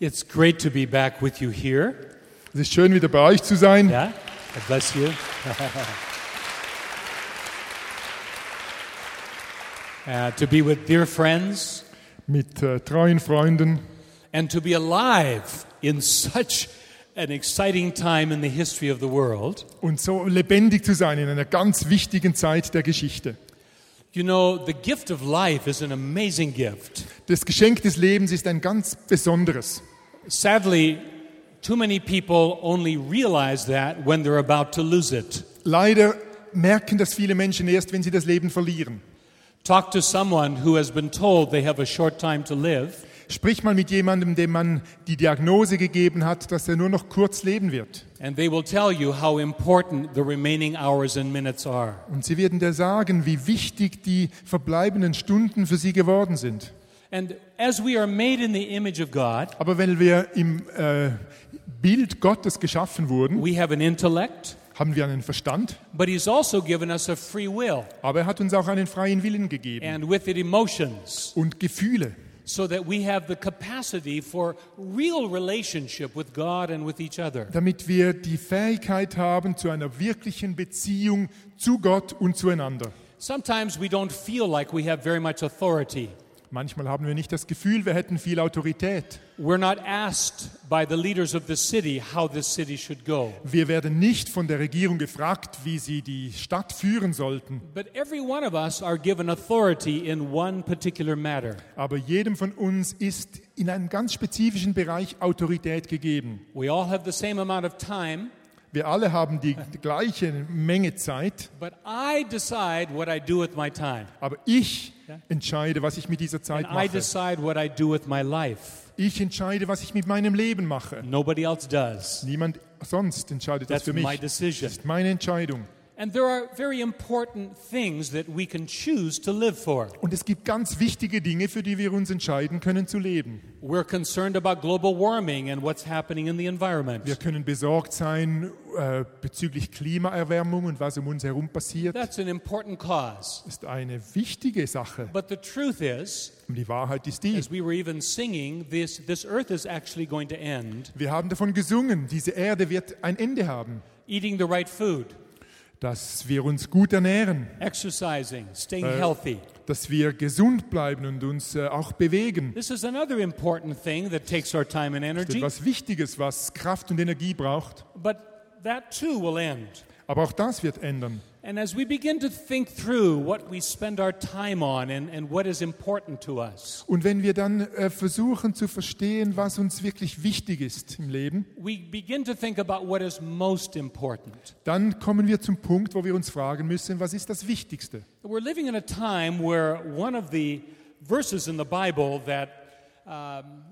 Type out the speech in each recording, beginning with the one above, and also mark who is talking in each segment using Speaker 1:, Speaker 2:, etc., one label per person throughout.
Speaker 1: It's great to be back with you here.
Speaker 2: Es ist schön, wieder bei euch zu sein.
Speaker 1: Yeah, God bless you. uh, to be with dear friends
Speaker 2: Mit äh, treuen Freunden
Speaker 1: and to be alive in such an exciting time in the history of the world.
Speaker 2: und so lebendig zu sein in einer ganz wichtigen Zeit der Geschichte.
Speaker 1: You know, the gift of life is an amazing gift.
Speaker 2: Das Geschenk des Lebens ist ein ganz besonderes.
Speaker 1: Sadly, too many people only realize that when they're about to lose it.
Speaker 2: Leider merken das viele Menschen erst, wenn sie das Leben verlieren.
Speaker 1: Talk to someone who has been told they have a short time to live.
Speaker 2: Sprich mal mit jemandem, dem man die Diagnose gegeben hat, dass er nur noch kurz leben wird.
Speaker 1: And they will tell you how important the remaining hours and minutes are.
Speaker 2: Und sie werden dir sagen, wie wichtig die verbleibenden Stunden für sie geworden sind.
Speaker 1: And as we are made in the image of God,
Speaker 2: Aber wenn wir im äh, Bild Gottes geschaffen wurden,
Speaker 1: we have an intellect,
Speaker 2: haben wir einen Verstand,
Speaker 1: but He's also given us a free will,
Speaker 2: aber er hat uns auch einen freien Willen gegeben
Speaker 1: and with it, emotions,
Speaker 2: und Gefühle,
Speaker 1: so that we have the capacity for real relationship with God and with each other.
Speaker 2: damit wir die Fähigkeit haben zu einer wirklichen Beziehung zu Gott und zueinander.
Speaker 1: Sometimes we don't feel like we have very much authority.
Speaker 2: Manchmal haben wir nicht das Gefühl, wir hätten viel Autorität.
Speaker 1: We're not asked by the leaders of the city how this city should go.
Speaker 2: Wir werden nicht von der Regierung gefragt, wie sie die Stadt führen sollten,
Speaker 1: But every one of us are given authority in one particular matter.
Speaker 2: aber jedem von uns ist in einem ganz spezifischen Bereich Autorität gegeben.
Speaker 1: We all have the same amount of time,
Speaker 2: Wir alle haben die gleiche Menge Zeit,
Speaker 1: but I decide what I do with my time.
Speaker 2: aber ich entscheide, was ich mit dieser Zeit
Speaker 1: And I
Speaker 2: mache.
Speaker 1: decide what I do with my life.
Speaker 2: Ich entscheide, was ich mit meinem Leben mache.
Speaker 1: Nobody else does.
Speaker 2: Niemand sonst entscheidet das
Speaker 1: That's
Speaker 2: für mich.
Speaker 1: my decision.
Speaker 2: Das ist meine Entscheidung.
Speaker 1: And there are very important things that we can choose to live for.
Speaker 2: Und es gibt ganz wichtige Dinge, für die wir uns entscheiden können zu leben.
Speaker 1: We're concerned about global warming and what's happening in the
Speaker 2: Wir
Speaker 1: environment.
Speaker 2: können besorgt sein äh, bezüglich Klimaerwärmung und was um uns herum passiert. Das
Speaker 1: That's an important cause.
Speaker 2: ist eine wichtige Sache.
Speaker 1: But the truth is,
Speaker 2: Und die Wahrheit ist die.
Speaker 1: as we were even singing, this, this earth is actually going to end.
Speaker 2: Wir haben davon gesungen, diese Erde wird ein Ende haben.
Speaker 1: Eating the right food,
Speaker 2: Dass wir uns gut ernähren,
Speaker 1: exercising, staying healthy.
Speaker 2: dass wir gesund bleiben und uns äh, auch bewegen.
Speaker 1: This is another important thing that takes our time and
Speaker 2: Das ist
Speaker 1: energy,
Speaker 2: etwas Wichtiges, was Kraft und Energie braucht.
Speaker 1: but that too will end.
Speaker 2: Aber auch das wird ändern.
Speaker 1: And as we begin to think through what we spend our time on and, and what is important to us,
Speaker 2: Und wenn wir dann äh, versuchen zu verstehen, was uns wirklich wichtig ist im Leben,
Speaker 1: we begin to think about what is most important.
Speaker 2: dann kommen wir zum Punkt, wo wir uns fragen müssen, was ist das Wichtigste?
Speaker 1: We're living in a time where one of the verses in the Bible that um,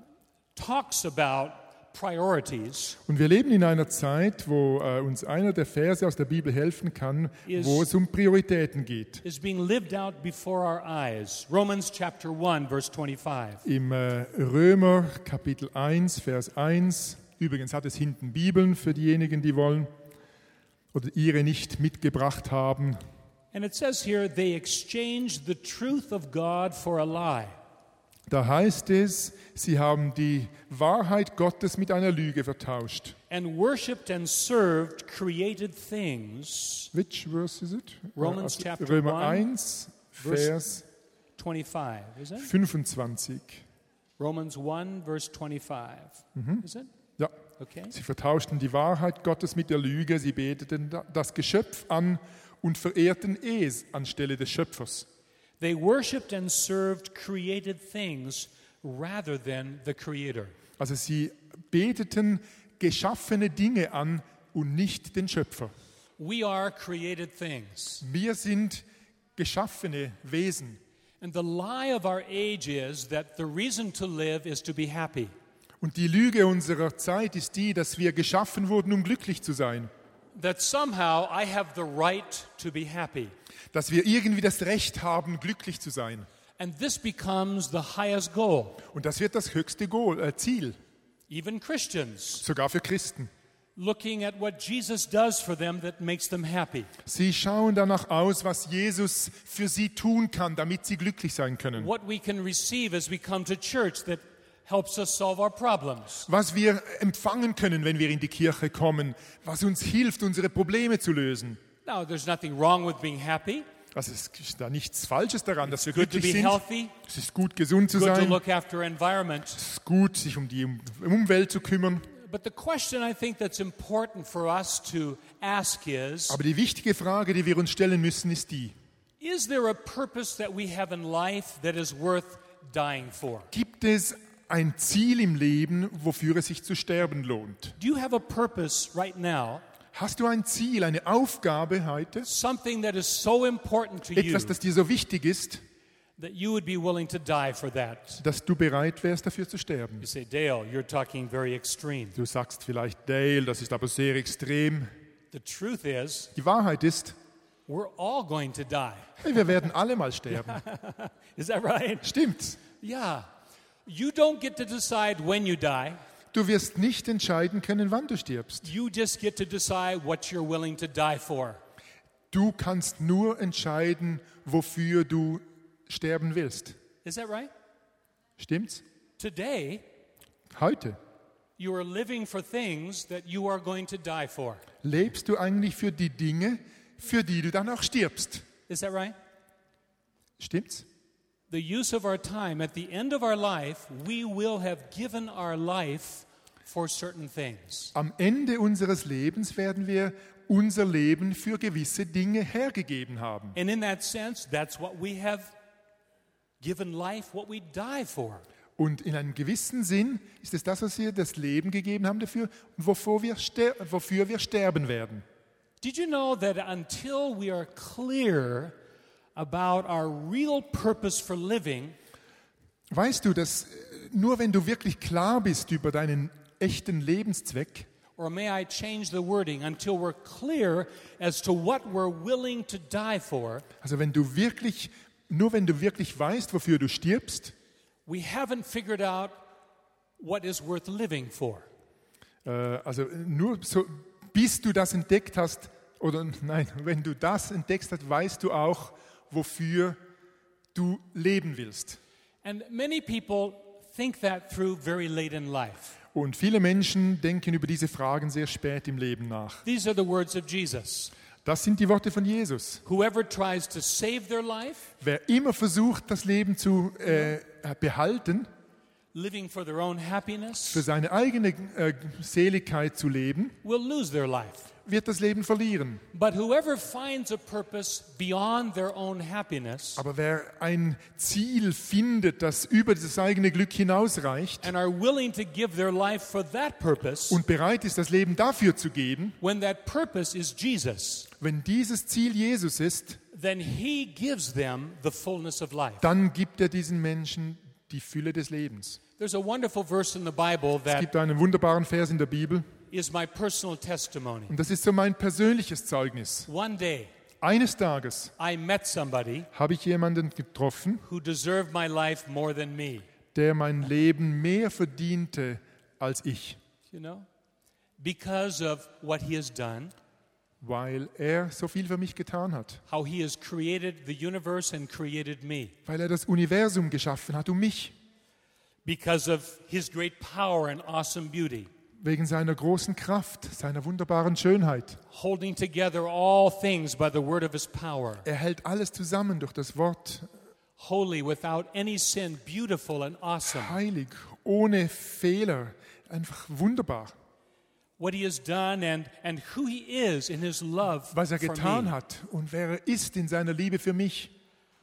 Speaker 1: talks about priorities
Speaker 2: Und wir leben in einer Zeit, wo äh, uns einer der Verse aus der Bibel helfen kann,
Speaker 1: Yes.
Speaker 2: wo es um Prioritäten geht.
Speaker 1: is being lived out before our eyes. Romans chapter 1, verse 25.
Speaker 2: Im äh, Römer Kapitel 1, Vers 1, übrigens hat es hinten Bibeln für diejenigen, die wollen oder ihre nicht mitgebracht haben.
Speaker 1: And it says here, they exchanged the truth of God for a lie.
Speaker 2: Da heißt es, sie haben die Wahrheit Gottes mit einer Lüge vertauscht.
Speaker 1: and worshiped and served created things.
Speaker 2: Which verse is it?
Speaker 1: Romans
Speaker 2: Also
Speaker 1: chapter
Speaker 2: Römer
Speaker 1: one,
Speaker 2: 1,
Speaker 1: verse-
Speaker 2: Vers
Speaker 1: 25, is it?
Speaker 2: 25.
Speaker 1: Romans 1, verse 25. Is it?
Speaker 2: Ja.
Speaker 1: Okay.
Speaker 2: Sie vertauschten die Wahrheit Gottes mit der Lüge, sie beteten da- das Geschöpf an und verehrten es anstelle des Schöpfers.
Speaker 1: They worshiped and served created things rather than the Creator.
Speaker 2: Also sie beteten geschaffene Dinge an und nicht den Schöpfer.
Speaker 1: We are created things.
Speaker 2: Wir sind geschaffene Wesen.
Speaker 1: And the lie of our age is that the reason to live is to be happy.
Speaker 2: Und die Lüge unserer Zeit ist die, dass wir geschaffen wurden, um glücklich zu sein.
Speaker 1: That somehow I have the right to be happy.
Speaker 2: Dass wir irgendwie das Recht haben, glücklich zu sein.
Speaker 1: And this becomes the highest goal.
Speaker 2: Und das wird das höchste Goal, äh, Ziel,
Speaker 1: Even Christians
Speaker 2: sogar für Christen.
Speaker 1: looking at what Jesus does for them that makes them happy.
Speaker 2: Sie schauen danach aus, was Jesus
Speaker 1: Hmm.
Speaker 2: für sie tun kann, damit sie glücklich sein können.
Speaker 1: What we can receive as we come to church that helps us solve our problems.
Speaker 2: was wir empfangen können, wenn wir in die Kirche kommen, was uns hilft, unsere Probleme zu lösen.
Speaker 1: Now, there's nothing wrong with being happy,
Speaker 2: Also es ist da nichts Falsches daran, dass wir
Speaker 1: good to
Speaker 2: glücklich
Speaker 1: be
Speaker 2: sind.
Speaker 1: healthy,
Speaker 2: Es ist gut, gesund zu
Speaker 1: good to
Speaker 2: sein.
Speaker 1: look after environment.
Speaker 2: Es ist gut, sich um die Um- Umwelt zu kümmern.
Speaker 1: But the question I think that's important for us to ask is
Speaker 2: Aber die wichtige Frage, die wir uns stellen müssen, ist die,
Speaker 1: Is there a purpose that we have in life that is worth dying for?
Speaker 2: gibt es ein Ziel im Leben, wofür es sich zu sterben lohnt?
Speaker 1: Do you have a purpose right now?
Speaker 2: Hast du ein Ziel, eine Aufgabe heute?
Speaker 1: Something that is so important to you
Speaker 2: Etwas, das dir so wichtig ist,
Speaker 1: that you would be willing to die for that?
Speaker 2: dass du bereit wärst, dafür zu sterben?
Speaker 1: You say, Dale, you're talking very extreme.
Speaker 2: Du sagst vielleicht, Dale, das ist aber sehr extrem.
Speaker 1: The truth is,
Speaker 2: Die Wahrheit ist,
Speaker 1: we're all going to die.
Speaker 2: hey, wir werden alle mal sterben.
Speaker 1: Is that right?
Speaker 2: Stimmt.
Speaker 1: Yeah. You don't get to decide when you die.
Speaker 2: Du wirst nicht entscheiden können, wann du stirbst.
Speaker 1: You just get to decide what you're willing to die for.
Speaker 2: Du kannst nur entscheiden, wofür du sterben willst.
Speaker 1: Is that right?
Speaker 2: Stimmt's?
Speaker 1: Today,
Speaker 2: Heute
Speaker 1: you are living for things that you are going to die for.
Speaker 2: lebst du eigentlich für die Dinge, für die du dann auch stirbst.
Speaker 1: Is that right?
Speaker 2: Stimmt's?
Speaker 1: The use of our time, at the end of our life, we will have given our life for certain things.
Speaker 2: Am Ende unseres Lebens werden wir unser Leben für gewisse Dinge hergegeben haben.
Speaker 1: And in that sense, that's what we have given life, what we die for.
Speaker 2: Und in einem gewissen Sinn ist es das, was wir das Leben gegeben haben dafür, wovor wir ster wofür wir sterben werden.
Speaker 1: Did you know that until we are clear about our real purpose for living,
Speaker 2: Weißt du, dass äh, nur wenn du wirklich klar bist über deinen echten Lebenszweck,
Speaker 1: or may I change the wording, until we're clear as to what we're willing to die for,
Speaker 2: Also wenn du wirklich, nur wenn du wirklich weißt, wofür du stirbst,
Speaker 1: we haven't figured out what is worth living for.
Speaker 2: äh, also nur so, bis du das entdeckt hast, oder nein, wenn du das entdeckt hast, weißt du auch, wofür du leben willst.
Speaker 1: And many people think that through very late in life.
Speaker 2: Und viele Menschen denken über diese Fragen sehr spät im Leben nach.
Speaker 1: These are the words of Jesus.
Speaker 2: Das sind die Worte von Jesus.
Speaker 1: Whoever tries to save their life,
Speaker 2: Wer immer versucht, das Leben zu äh, behalten,
Speaker 1: living for their own
Speaker 2: für
Speaker 1: happiness,
Speaker 2: seine eigene äh, Seligkeit zu leben,
Speaker 1: will lose their life.
Speaker 2: wird das Leben verlieren.
Speaker 1: But whoever finds a purpose beyond their own happiness
Speaker 2: Aber wer ein Ziel findet, das über das eigene Glück hinausreicht
Speaker 1: and are willing to give their life for that purpose,
Speaker 2: und bereit ist, das Leben dafür zu geben,
Speaker 1: when that purpose is Jesus,
Speaker 2: wenn dieses Ziel Jesus ist,
Speaker 1: then he gives them the fullness of life.
Speaker 2: dann gibt er diesen Menschen die Fülle des Lebens.
Speaker 1: There's a wonderful verse in the Bible
Speaker 2: Es
Speaker 1: that
Speaker 2: gibt einen wunderbaren Vers in der Bibel
Speaker 1: is my personal testimony.
Speaker 2: und das ist so mein persönliches Zeugnis.
Speaker 1: One day,
Speaker 2: Eines Tages
Speaker 1: I met somebody
Speaker 2: habe ich jemanden getroffen,
Speaker 1: who deserved my life more than me,
Speaker 2: der mein Leben mehr verdiente als ich,
Speaker 1: you know, because of what he has done,
Speaker 2: weil er so viel für mich getan hat,
Speaker 1: how he has created the universe and created me,
Speaker 2: weil er das Universum geschaffen hat um mich.
Speaker 1: because of his great power and awesome beauty,
Speaker 2: wegen seiner großen Kraft, seiner wunderbaren Schönheit.
Speaker 1: holding together all things by the word of his power,
Speaker 2: Er hält alles zusammen durch das Wort
Speaker 1: holy without any sin, beautiful and awesome.
Speaker 2: heilig, ohne Fehler, einfach wunderbar.
Speaker 1: What he has done and, and who he is in his love
Speaker 2: Was er
Speaker 1: for
Speaker 2: getan
Speaker 1: me.
Speaker 2: hat und wer er ist in seiner Liebe für mich.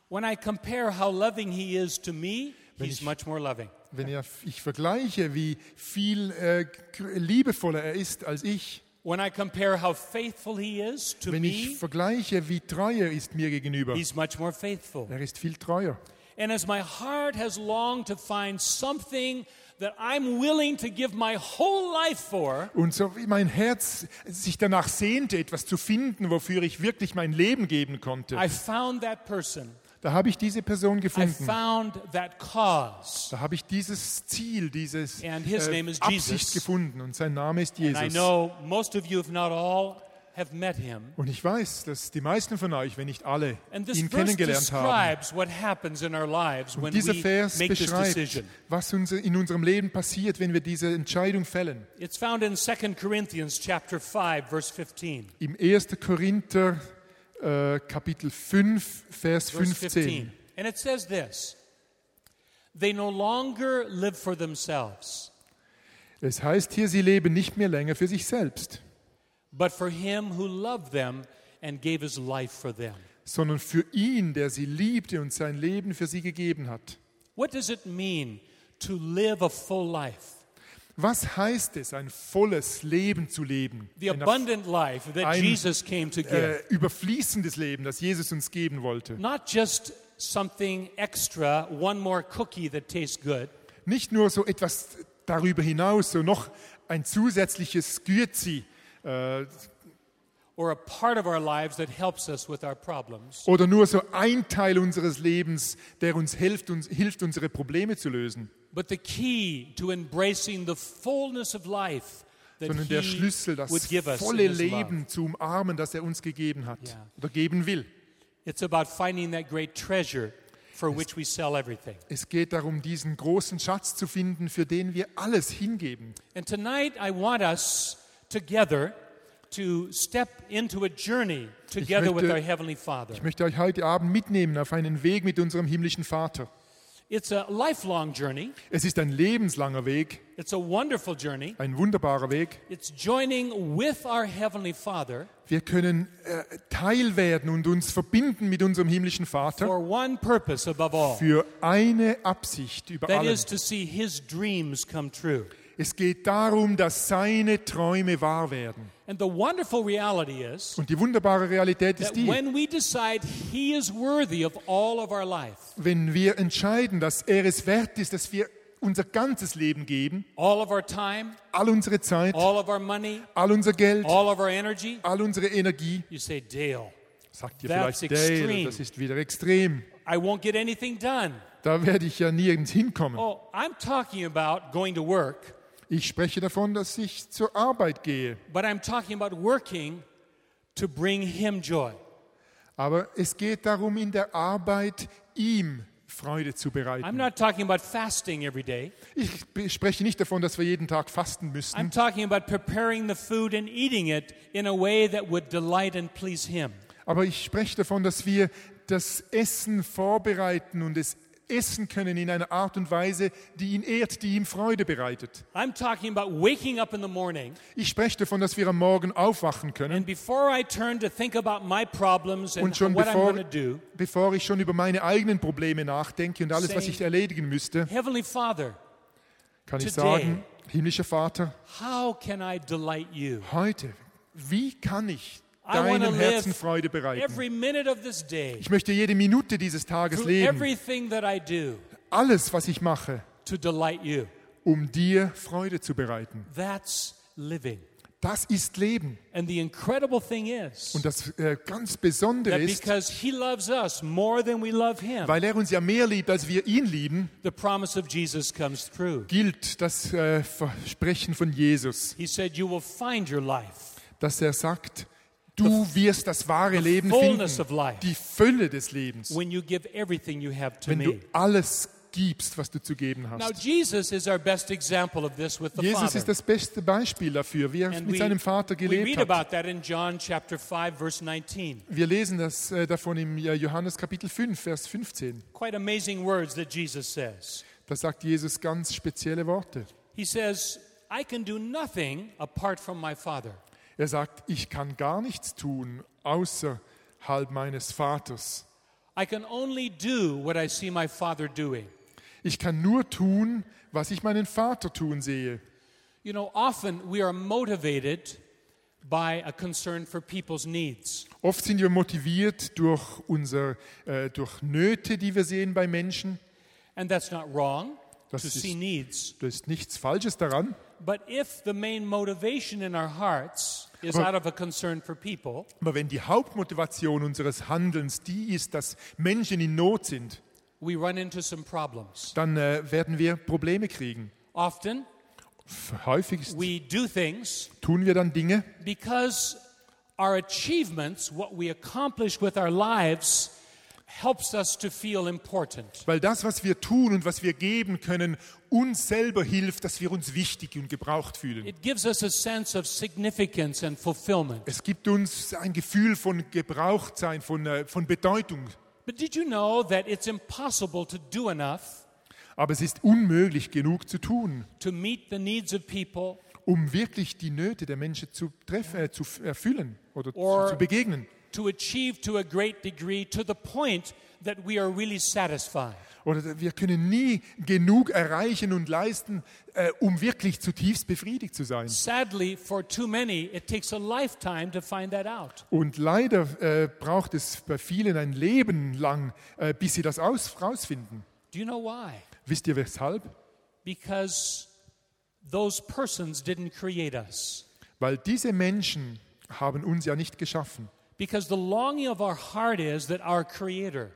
Speaker 1: When I compare how loving he is to me,
Speaker 2: Wenn
Speaker 1: he's
Speaker 2: ich-
Speaker 1: much more loving.
Speaker 2: Wenn er- ich vergleiche, wie viel äh, liebevoller er ist als ich,
Speaker 1: When I compare how faithful he is to
Speaker 2: wenn
Speaker 1: me,
Speaker 2: ich vergleiche, wie treu er ist mir gegenüber,
Speaker 1: he's much more faithful.
Speaker 2: er ist viel treuer.
Speaker 1: And as my heart has longed to find something that I'm willing to give my whole life for,
Speaker 2: Und so wie mein Herz sich danach sehnte, etwas zu finden, wofür ich wirklich mein Leben geben konnte,
Speaker 1: I found that person.
Speaker 2: da habe ich diese Person
Speaker 1: I
Speaker 2: gefunden.
Speaker 1: found that cause.
Speaker 2: Da habe ich dieses Ziel, dieses äh,
Speaker 1: And his name is
Speaker 2: Absicht
Speaker 1: Jesus.
Speaker 2: gefunden und sein Name ist
Speaker 1: And I
Speaker 2: Jesus.
Speaker 1: know most of you, if not all, have met him.
Speaker 2: Und ich weiß, dass die meisten von euch, wenn nicht alle,
Speaker 1: And this
Speaker 2: ihn
Speaker 1: verse
Speaker 2: kennengelernt haben.
Speaker 1: describes what happens in our lives when
Speaker 2: Und dieser
Speaker 1: we
Speaker 2: Vers
Speaker 1: make this
Speaker 2: beschreibt,
Speaker 1: decision.
Speaker 2: was uns in unserem Leben passiert, wenn wir diese Entscheidung fällen.
Speaker 1: It's found in 2 Corinthians chapter 5 verse 15.
Speaker 2: Im 1. Korinther äh, Kapitel 5, Vers
Speaker 1: Verse
Speaker 2: 15.
Speaker 1: And it says this. They no longer live for themselves,
Speaker 2: Es heißt hier, sie leben nicht mehr länger für sich selbst,
Speaker 1: but for him who loved them and gave his life for them.
Speaker 2: sondern für ihn, der sie liebte und sein Leben für sie gegeben hat.
Speaker 1: What does it mean to live a full life?
Speaker 2: Was heißt es, ein volles Leben zu leben?
Speaker 1: The
Speaker 2: Ein
Speaker 1: abundant life that
Speaker 2: Ein-
Speaker 1: Jesus came to give.
Speaker 2: äh, überfließendes Leben, das Jesus uns geben wollte.
Speaker 1: Not just something extra, one more cookie that tastes good,
Speaker 2: Nicht nur so etwas darüber hinaus, so noch ein zusätzliches Gürzi äh,
Speaker 1: or a part of our lives that helps us with our problems.
Speaker 2: oder nur so ein Teil unseres Lebens, der uns hilft, uns hilft unsere Probleme zu lösen,
Speaker 1: But the key to embracing the fullness of life that
Speaker 2: sondern der
Speaker 1: he
Speaker 2: Schlüssel, das
Speaker 1: would give us in
Speaker 2: volle
Speaker 1: his love.
Speaker 2: Leben zu umarmen, das er uns gegeben hat
Speaker 1: Ja.
Speaker 2: oder geben will.
Speaker 1: It's about finding that great treasure for which we sell everything.
Speaker 2: Es geht darum, diesen großen Schatz zu finden, für den wir alles hingeben.
Speaker 1: And tonight I want us together to step into a journey together with
Speaker 2: möchte-
Speaker 1: our Heavenly Father.
Speaker 2: Ich möchte euch heute Abend mitnehmen auf einen Weg mit unserem himmlischen Vater.
Speaker 1: It's a lifelong journey.
Speaker 2: Es ist ein lebenslanger Weg,
Speaker 1: It's a wonderful journey.
Speaker 2: ein wunderbarer Weg.
Speaker 1: It's joining with our Heavenly Father
Speaker 2: Wir können äh, Teil werden und uns verbinden mit unserem himmlischen Vater
Speaker 1: for one purpose above all.
Speaker 2: für eine Absicht über
Speaker 1: That
Speaker 2: allem.
Speaker 1: is to see His dreams come true.
Speaker 2: Es geht darum, dass seine Träume wahr werden.
Speaker 1: And the wonderful reality is
Speaker 2: Und die wunderbare Realität ist
Speaker 1: that
Speaker 2: die,
Speaker 1: when we decide He is worthy of all of our life,
Speaker 2: wenn wir entscheiden, dass er es wert ist, dass wir unser ganzes Leben geben,
Speaker 1: all of our time,
Speaker 2: all unsere Zeit,
Speaker 1: all of our money,
Speaker 2: all unser Geld,
Speaker 1: all of our energy,
Speaker 2: all unsere Energie,
Speaker 1: you say, Dale,
Speaker 2: sagt ihr
Speaker 1: That's
Speaker 2: vielleicht, Dale,
Speaker 1: extreme.
Speaker 2: das ist wieder extrem.
Speaker 1: I won't get anything done.
Speaker 2: Da werde ich ja nirgends hinkommen.
Speaker 1: Oh, I'm talking about going to work,
Speaker 2: Ich spreche davon, dass ich zur Arbeit gehe.
Speaker 1: but I'm talking about working to bring Him joy.
Speaker 2: Aber es geht darum, in der Arbeit ihm Freude zu
Speaker 1: I'm
Speaker 2: bereiten.
Speaker 1: not talking about fasting every day.
Speaker 2: Ich be- spreche nicht davon, dass wir jeden Tag fasten
Speaker 1: I'm
Speaker 2: müssen.
Speaker 1: talking about preparing the food and eating it in a way that would delight and please Him.
Speaker 2: Aber ich spreche davon, dass wir das Essen vorbereiten und es essen können in einer Art und Weise, die ihn ehrt, die ihm Freude bereitet.
Speaker 1: I'm talking about waking up in the morning,
Speaker 2: Ich spreche davon, dass wir am Morgen aufwachen können
Speaker 1: and before I turn to think about my problems and
Speaker 2: und schon
Speaker 1: what I'm
Speaker 2: bevor,
Speaker 1: going to do,
Speaker 2: bevor ich schon über meine eigenen Probleme nachdenke und alles, was
Speaker 1: Saying-
Speaker 2: ich erledigen müsste,
Speaker 1: Heavenly Father,
Speaker 2: kann ich
Speaker 1: today-
Speaker 2: sagen, himmlischer Vater,
Speaker 1: how can I delight you?
Speaker 2: heute, wie kann ich
Speaker 1: I wanna
Speaker 2: deinem Herzen
Speaker 1: live
Speaker 2: Freude bereiten?
Speaker 1: Every minute of this day,
Speaker 2: Ich möchte jede Minute dieses Tages
Speaker 1: through
Speaker 2: leben,
Speaker 1: everything that I do,
Speaker 2: alles, was ich mache,
Speaker 1: to delight you.
Speaker 2: um dir Freude zu bereiten.
Speaker 1: That's living.
Speaker 2: Das ist Leben.
Speaker 1: And the incredible thing is
Speaker 2: Und das äh, ganz Besondere
Speaker 1: that
Speaker 2: ist,
Speaker 1: because He loves us more than we love Him,
Speaker 2: weil er uns ja mehr liebt, als wir ihn lieben,
Speaker 1: the promise of Jesus comes through.
Speaker 2: gilt das äh, Versprechen von Jesus,
Speaker 1: He said, You will find your life.
Speaker 2: dass er sagt, du wirst das wahre Leben
Speaker 1: fullness
Speaker 2: finden,
Speaker 1: of life.
Speaker 2: die Fülle des Lebens,
Speaker 1: when you give everything you have to
Speaker 2: wenn
Speaker 1: me.
Speaker 2: du alles gibst, was du zu geben
Speaker 1: Now,
Speaker 2: hast.
Speaker 1: Jesus is our best example of this with the
Speaker 2: Jesus
Speaker 1: Father.
Speaker 2: ist das beste Beispiel dafür, wie er
Speaker 1: And
Speaker 2: mit
Speaker 1: we-
Speaker 2: seinem Vater
Speaker 1: we read
Speaker 2: gelebt hat.
Speaker 1: about that in John chapter 5, verse 19.
Speaker 2: Wir lesen das äh, davon im äh, Johannes Kapitel 5, Vers 15.
Speaker 1: Quite amazing words that Jesus says.
Speaker 2: Da sagt Jesus ganz spezielle Worte.
Speaker 1: He says, I can do nothing apart from my Father.
Speaker 2: Er sagt, ich kann gar nichts tun außerhalb meines Vaters.
Speaker 1: I can only do what I see my Father doing.
Speaker 2: Ich kann nur tun, was ich meinen Vater tun sehe.
Speaker 1: You know, often we are motivated by a concern for people's needs.
Speaker 2: Oft sind wir motiviert durch, unser, äh, durch Nöte, die wir sehen bei Menschen.
Speaker 1: And that's not wrong
Speaker 2: Das
Speaker 1: to
Speaker 2: ist-
Speaker 1: see needs.
Speaker 2: Da ist nichts Falsches daran.
Speaker 1: But if the main motivation in our hearts is
Speaker 2: Aber-
Speaker 1: out of a concern for people,
Speaker 2: Aber wenn die Hauptmotivation unseres Handelns die ist, dass Menschen in Not sind,
Speaker 1: we run into some problems.
Speaker 2: dann äh, werden wir Probleme kriegen.
Speaker 1: Often
Speaker 2: Häufig ist
Speaker 1: we do things
Speaker 2: tun wir dann Dinge,
Speaker 1: because Our achievements, what we accomplish with our lives, helps us to feel important.
Speaker 2: Weil das, was wir tun und was wir geben können, uns selber hilft, dass wir uns wichtig und gebraucht fühlen.
Speaker 1: It gives us a sense of significance and fulfillment.
Speaker 2: Es gibt uns ein Gefühl von Gebrauchtsein, von, äh, von Bedeutung.
Speaker 1: But did you know that it's impossible to do enough
Speaker 2: Aber es ist unmöglich genug zu tun,
Speaker 1: to meet the needs of people
Speaker 2: um wirklich die Nöte der Menschen zu, treffen, äh, zu f- erfüllen oder
Speaker 1: Or-
Speaker 2: zu, zu begegnen.
Speaker 1: to achieve to a great degree to the point that we are really satisfied.
Speaker 2: Oder wir können nie genug erreichen und leisten, äh, um wirklich zutiefst befriedigt zu sein.
Speaker 1: Sadly, for too many, it takes a lifetime to find that out.
Speaker 2: Und leider äh, braucht es bei vielen ein Leben lang, äh, bis sie das aus, rausfinden.
Speaker 1: Do you know why?
Speaker 2: Wisst ihr weshalb?
Speaker 1: Because those persons didn't create us.
Speaker 2: Weil diese Menschen haben uns ja nicht geschaffen.
Speaker 1: Because the longing of our heart is that our Creator,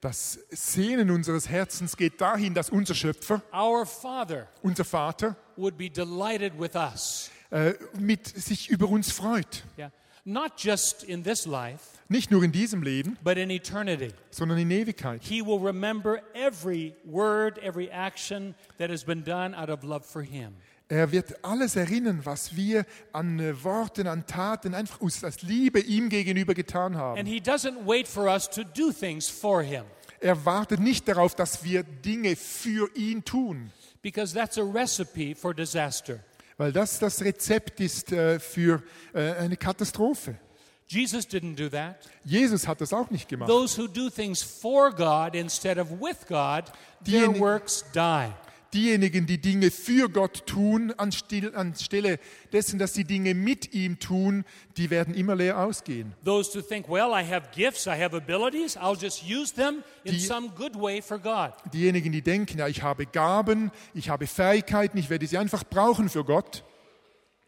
Speaker 2: Das Sehnen unseres Herzens geht dahin, dass unser Schöpfer,
Speaker 1: our Father,
Speaker 2: unser Vater,
Speaker 1: would be delighted with us.
Speaker 2: äh, mit sich über uns freut.
Speaker 1: Yeah. Not just in this life,
Speaker 2: Nicht nur in diesem Leben,
Speaker 1: but in eternity.
Speaker 2: sondern in Ewigkeit.
Speaker 1: He will remember every word, every action that has been done out of love for Him.
Speaker 2: Er wird alles erinnern, was wir an äh, Worten, an Taten, einfach aus, als Liebe ihm gegenüber getan
Speaker 1: And
Speaker 2: haben.
Speaker 1: He doesn't wait for us to do things for Him,
Speaker 2: Er wartet nicht darauf, dass wir Dinge für ihn tun,
Speaker 1: because that's a recipe for disaster.
Speaker 2: weil das das Rezept ist äh, für äh, eine Katastrophe.
Speaker 1: Jesus didn't do that.
Speaker 2: Jesus hat das auch nicht gemacht.
Speaker 1: Those who do things for God instead of with God, their
Speaker 2: Diejenigen-
Speaker 1: works die.
Speaker 2: Diejenigen, die Dinge für Gott tun, anstil- anstelle dessen, dass sie Dinge mit ihm tun, die werden immer leer ausgehen.
Speaker 1: Those who think, well, I have gifts, I have abilities, I'll just use them in
Speaker 2: Die-
Speaker 1: some good way for God.
Speaker 2: Diejenigen, die denken, ja, ich habe Gaben, ich habe Fähigkeiten, ich werde sie einfach brauchen für Gott.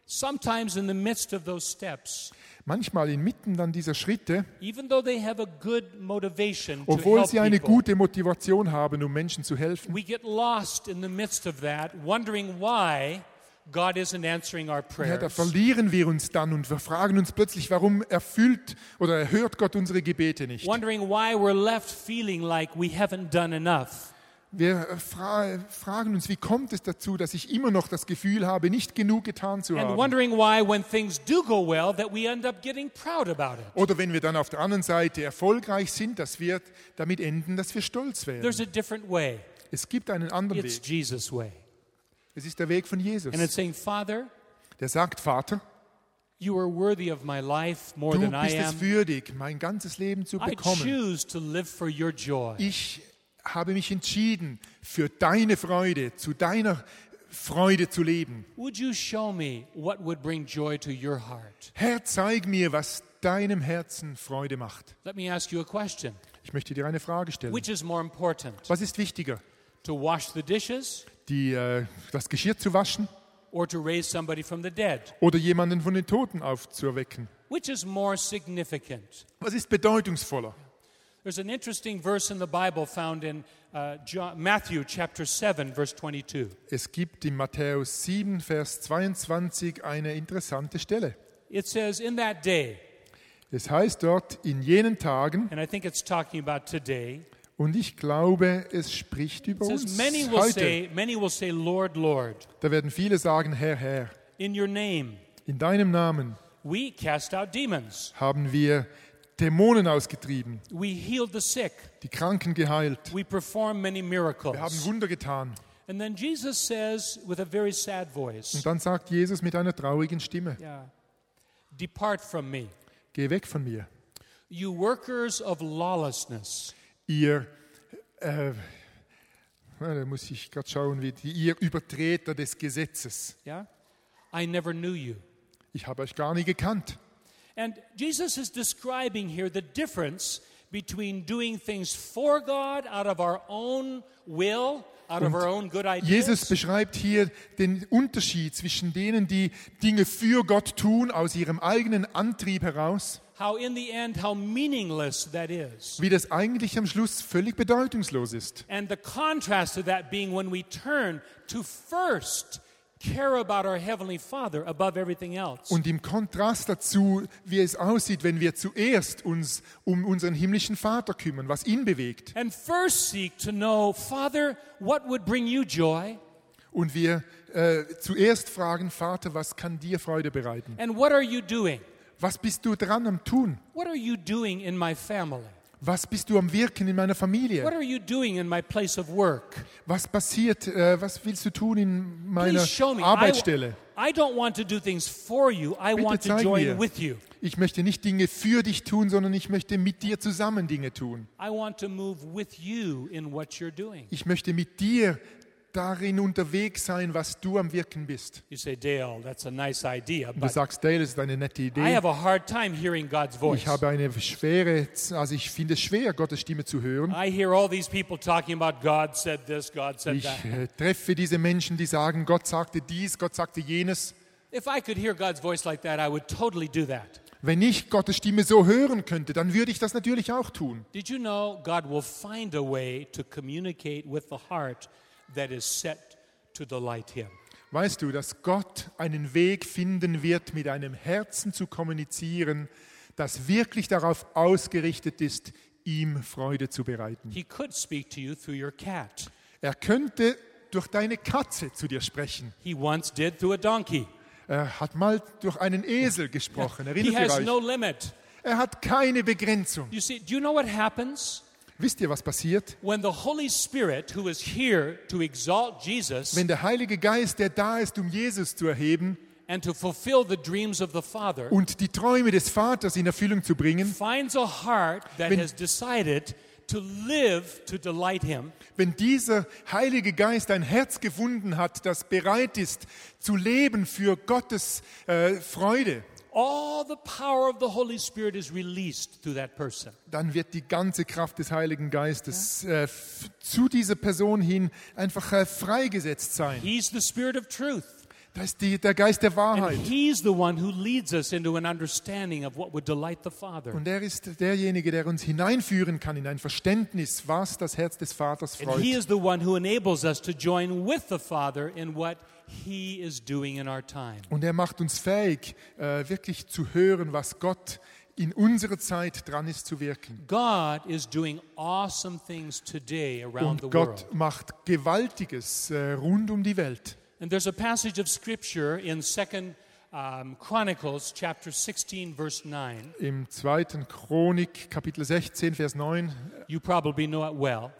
Speaker 1: Sometimes in the midst of those steps,
Speaker 2: Manchmal inmitten dann dieser Schritte,
Speaker 1: even though they have a good motivation to
Speaker 2: obwohl
Speaker 1: help
Speaker 2: sie eine
Speaker 1: people,
Speaker 2: gute Motivation haben, um Menschen zu helfen,
Speaker 1: we get lost in the midst of that, wondering why God isn't answering our
Speaker 2: ja, da
Speaker 1: prayers.
Speaker 2: verlieren wir uns dann und wir fragen uns plötzlich, warum erfüllt oder erhört Gott unsere Gebete nicht.
Speaker 1: Wondering why we're left feeling like we haven't done enough.
Speaker 2: Wir äh, fra fragen uns, wie kommt es dazu, dass ich immer noch das Gefühl habe, nicht genug getan zu
Speaker 1: and
Speaker 2: haben.
Speaker 1: wondering why when things do go well that we end up getting proud about it
Speaker 2: Oder wenn wir dann auf der anderen Seite erfolgreich sind, dass wir damit enden, dass wir stolz
Speaker 1: there's
Speaker 2: werden.
Speaker 1: a different way
Speaker 2: Es gibt einen anderen
Speaker 1: it's
Speaker 2: Weg.
Speaker 1: jesus way
Speaker 2: Es ist der Weg von
Speaker 1: and
Speaker 2: Jesus.
Speaker 1: it's saying father
Speaker 2: Der sagt, Vater,
Speaker 1: you are worthy of my life more
Speaker 2: du
Speaker 1: than i
Speaker 2: bist es
Speaker 1: am
Speaker 2: würdig, mein ganzes Leben zu
Speaker 1: i
Speaker 2: bekommen.
Speaker 1: choose to live for your joy
Speaker 2: Ich habe mich entschieden, für deine Freude, zu deiner Freude zu leben.
Speaker 1: would you show me what would bring joy to your heart
Speaker 2: Herr, zeig mir, was deinem Herzen Freude macht.
Speaker 1: let me ask you a question
Speaker 2: Ich möchte dir eine Frage stellen.
Speaker 1: which is more important
Speaker 2: Was ist wichtiger,
Speaker 1: to wash the dishes
Speaker 2: die, äh, das Geschirr zu waschen
Speaker 1: or to raise somebody from the dead
Speaker 2: oder jemanden von den Toten aufzuerwecken?
Speaker 1: which is more significant
Speaker 2: Was ist bedeutungsvoller?
Speaker 1: There's an interesting verse in the Bible found in uh, John, Matthew chapter 7, verse 22.
Speaker 2: Es gibt in Matthäus 7, Vers 22 eine interessante Stelle.
Speaker 1: It says, In that day,
Speaker 2: Es heißt dort, in jenen Tagen,
Speaker 1: and I think it's talking about today,
Speaker 2: und ich glaube, es spricht
Speaker 1: it
Speaker 2: über
Speaker 1: says,
Speaker 2: uns
Speaker 1: Many will
Speaker 2: heute,
Speaker 1: say, many will say, Lord, Lord,
Speaker 2: da werden viele sagen, Herr, Herr,
Speaker 1: in your name
Speaker 2: in deinem Namen
Speaker 1: we cast out demons,
Speaker 2: haben wir Dämonen ausgetrieben,
Speaker 1: we healed the sick,
Speaker 2: die Kranken geheilt,
Speaker 1: we performed many
Speaker 2: wir haben
Speaker 1: miracles.
Speaker 2: Wunder getan.
Speaker 1: And then Jesus says with a very sad voice,
Speaker 2: Und dann sagt Jesus mit einer traurigen Stimme,
Speaker 1: yeah, Depart from me,
Speaker 2: geh weg von mir,
Speaker 1: you workers of lawlessness.
Speaker 2: ihr, äh, na, da muss ich gerade schauen, wie die, ihr Übertreter des Gesetzes.
Speaker 1: Yeah? I never knew you.
Speaker 2: Ich habe euch gar nie gekannt.
Speaker 1: And Jesus is describing here the difference between doing things for God out of our own will, out of our own good ideas,
Speaker 2: Jesus beschreibt hier den Unterschied zwischen denen, die Dinge für Gott tun, aus ihrem eigenen Antrieb heraus,
Speaker 1: how in the end, how meaningless that is.
Speaker 2: wie das eigentlich am Schluss völlig bedeutungslos ist.
Speaker 1: And the contrast to that being when we turn to first care about our Heavenly Father above everything else.
Speaker 2: Und im Kontrast dazu, wie es aussieht, wenn wir zuerst uns um unseren himmlischen Vater kümmern, was ihn bewegt.
Speaker 1: and first seek to know, Father, what would bring you joy?
Speaker 2: Und wir äh, zuerst fragen, Vater, was kann dir Freude bereiten?
Speaker 1: And what are you doing?
Speaker 2: Was bist du dran am Tun?
Speaker 1: What are you doing in my family?
Speaker 2: Was bist du am Wirken in meiner
Speaker 1: What
Speaker 2: Familie?
Speaker 1: are you doing in my place of work?
Speaker 2: Was passiert? Äh, was willst du tun in meiner
Speaker 1: Please show me. I,
Speaker 2: Arbeitsstelle?
Speaker 1: I don't want to do things for you. I
Speaker 2: Bitte
Speaker 1: want to
Speaker 2: zeig
Speaker 1: join
Speaker 2: mir.
Speaker 1: with you.
Speaker 2: Ich möchte nicht Dinge für dich tun, sondern ich möchte mit dir zusammen Dinge tun.
Speaker 1: I want to move with you in what you're doing.
Speaker 2: Ich möchte mit dir darin unterwegs sein, was du am Wirken bist.
Speaker 1: You say, Dale, that's a nice idea,
Speaker 2: Du
Speaker 1: but
Speaker 2: sagst, Dale, das ist eine nette
Speaker 1: I
Speaker 2: Idee.
Speaker 1: have a hard time hearing God's voice.
Speaker 2: Ich habe eine schwere, also ich finde es schwer, Gottes Stimme zu hören.
Speaker 1: I hear all these people talking about God said this, God said
Speaker 2: Ich
Speaker 1: that.
Speaker 2: äh, treffe diese Menschen, die sagen, Gott sagte dies, Gott sagte jenes.
Speaker 1: If I could hear God's voice like that, I would totally do that.
Speaker 2: Wenn ich Gottes Stimme so hören könnte, dann würde ich das natürlich auch tun.
Speaker 1: Did you know God will find a way to communicate with the heart that is set to delight Him?
Speaker 2: Weißt du, dass Gott einen Weg finden wird, mit einem Herzen zu kommunizieren, das wirklich darauf ausgerichtet ist, ihm Freude zu bereiten.
Speaker 1: He could speak to you through your cat.
Speaker 2: Er könnte durch deine Katze zu dir sprechen.
Speaker 1: He once did through a donkey.
Speaker 2: Er hat mal durch einen Esel gesprochen.
Speaker 1: He
Speaker 2: Erinnert
Speaker 1: has
Speaker 2: ihr
Speaker 1: no
Speaker 2: euch?
Speaker 1: limit.
Speaker 2: Er hat keine Begrenzung.
Speaker 1: You see, do you know what happens
Speaker 2: Wisst ihr, was passiert?
Speaker 1: when the Holy Spirit, who is here to exalt Jesus
Speaker 2: Wenn der Heilige Geist, der da ist, um Jesus zu erheben,
Speaker 1: and to fulfill the dreams of the Father,
Speaker 2: und die Träume des Vaters in Erfüllung zu bringen,
Speaker 1: finds a heart that
Speaker 2: Wenn-
Speaker 1: has decided to live to delight Him,
Speaker 2: wenn dieser Heilige Geist ein Herz gefunden hat, das bereit ist zu leben für Gottes äh, Freude,
Speaker 1: all the power of the Holy Spirit is released through that person.
Speaker 2: dann wird die ganze Kraft des Heiligen Geistes äh, f- zu dieser Person hin einfach äh, freigesetzt sein.
Speaker 1: He's the Spirit of truth.
Speaker 2: Da ist die, der Geist der
Speaker 1: And
Speaker 2: Wahrheit.
Speaker 1: He's the one who leads us into an understanding of what would delight the Father.
Speaker 2: Und er ist derjenige, der uns hineinführen kann in ein Verständnis, was das Herz des Vaters
Speaker 1: And He
Speaker 2: freut.
Speaker 1: is the one who enables us to join with the Father in what He is doing in our time.
Speaker 2: Und er macht uns fähig, äh, wirklich zu hören, was Gott in unserer Zeit dran ist zu wirken.
Speaker 1: God is doing awesome things today around the
Speaker 2: Und
Speaker 1: world.
Speaker 2: Gott macht Gewaltiges äh, rund um die Welt.
Speaker 1: And there's a passage of Scripture in 2nd um, Chronicles chapter 16 verse 9.
Speaker 2: Im 2. Chronik, Kapitel 16, Vers 9.
Speaker 1: You probably know it well.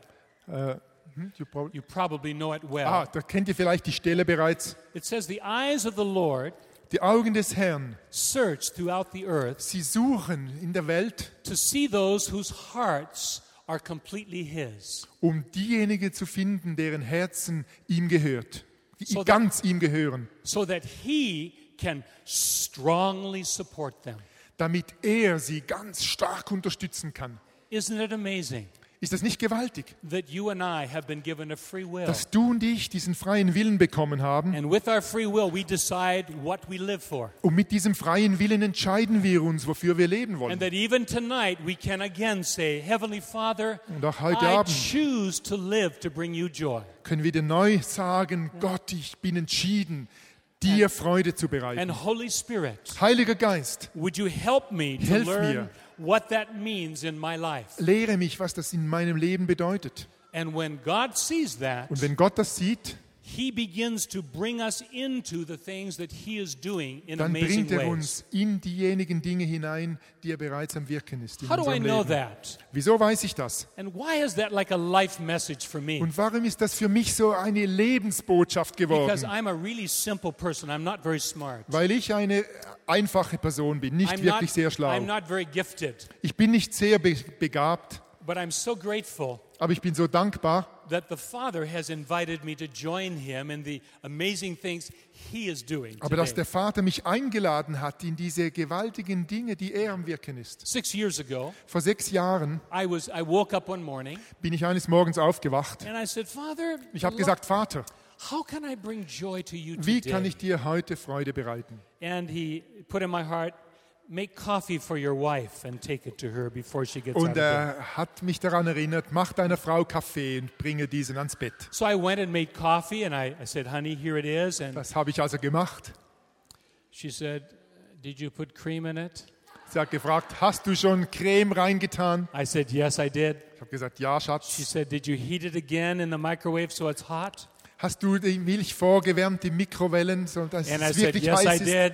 Speaker 2: Hm, you prob-
Speaker 1: You probably know it well.
Speaker 2: Ah, da kennt ihr vielleicht die Stelle bereits.
Speaker 1: It says the eyes of the Lord
Speaker 2: Die Augen des Herrn,
Speaker 1: search throughout the earth
Speaker 2: sie suchen in der Welt,
Speaker 1: to see those whose hearts are completely his.
Speaker 2: um diejenigen zu finden, deren Herzen ihm gehört, die
Speaker 1: So that-
Speaker 2: ganz ihm gehören,
Speaker 1: so that he can strongly support them.
Speaker 2: damit er sie ganz stark unterstützen kann.
Speaker 1: Isn't it amazing
Speaker 2: Ist das nicht gewaltig,
Speaker 1: that you and I have been given a free will?
Speaker 2: dass du und ich diesen freien Willen bekommen haben?
Speaker 1: and with our free will, we decide what we live for.
Speaker 2: Und mit diesem freien Willen entscheiden wir uns, wofür wir leben wollen.
Speaker 1: And that even tonight, we can again say, Heavenly Father,
Speaker 2: Und auch heute
Speaker 1: I
Speaker 2: Abend.
Speaker 1: choose to live to bring you joy.
Speaker 2: können wir dir neu sagen, Gott, ich bin entschieden, dir Freude zu
Speaker 1: And
Speaker 2: bereiten.
Speaker 1: Holy Spirit,
Speaker 2: Heiliger Geist,
Speaker 1: would you help me to
Speaker 2: Helf
Speaker 1: learn
Speaker 2: mir.
Speaker 1: what that means in my life?
Speaker 2: lehre mich, was das in meinem Leben bedeutet.
Speaker 1: And when God sees that,
Speaker 2: Und wenn Gott das sieht,
Speaker 1: He begins to bring us into the things that He is doing in
Speaker 2: dann
Speaker 1: amazing
Speaker 2: bringt er
Speaker 1: ways.
Speaker 2: uns in diejenigen Dinge hinein, die er bereits am Wirken ist. In
Speaker 1: How do I
Speaker 2: unserem
Speaker 1: know
Speaker 2: Leben.
Speaker 1: that?
Speaker 2: Wieso weiß ich das?
Speaker 1: And why is that like a life message for me?
Speaker 2: Und warum ist das für mich so eine Lebensbotschaft
Speaker 1: Because
Speaker 2: geworden?
Speaker 1: I'm a really simple person. I'm not very smart.
Speaker 2: Weil ich eine einfache Person bin, nicht
Speaker 1: I'm
Speaker 2: wirklich sehr
Speaker 1: not, I'm
Speaker 2: schlau.
Speaker 1: not very gifted.
Speaker 2: Ich bin nicht sehr be begabt,
Speaker 1: But I'm so grateful
Speaker 2: aber ich bin so dankbar,
Speaker 1: that the Father has invited me to join Him in the amazing things He is doing.
Speaker 2: Aber dass
Speaker 1: today.
Speaker 2: der Vater mich eingeladen hat in diese gewaltigen Dinge, die er am Wirken ist.
Speaker 1: Six years ago,
Speaker 2: Vor sechs Jahren
Speaker 1: I, was, I woke up one morning
Speaker 2: bin ich eines Morgens aufgewacht.
Speaker 1: and I said, Father,
Speaker 2: Ich habe
Speaker 1: Lord,
Speaker 2: gesagt, Vater,
Speaker 1: how can I bring joy to you
Speaker 2: wie
Speaker 1: today?
Speaker 2: kann ich dir heute Freude bereiten?
Speaker 1: And he put in my heart, make coffee for your wife and take it to her before she gets out
Speaker 2: Und
Speaker 1: of bed.
Speaker 2: er hat mich daran erinnert, mach deiner Frau Kaffee und bringe diesen ans Bett.
Speaker 1: So I went and made coffee and I, I said, honey, here it is. And
Speaker 2: Das habe ich also gemacht.
Speaker 1: she said, did you put cream in it?
Speaker 2: Sie hat gefragt, hast du schon Creme reingetan?
Speaker 1: I said, yes, I did.
Speaker 2: Ich habe gesagt, ja,
Speaker 1: She
Speaker 2: Schatz.
Speaker 1: said, did you heat it again in the microwave so it's hot?
Speaker 2: Hast du die Milch vorgewärmt in Mikrowellen, sodass
Speaker 1: And I
Speaker 2: es
Speaker 1: said,
Speaker 2: wirklich
Speaker 1: yes, I
Speaker 2: heiß ist?
Speaker 1: did.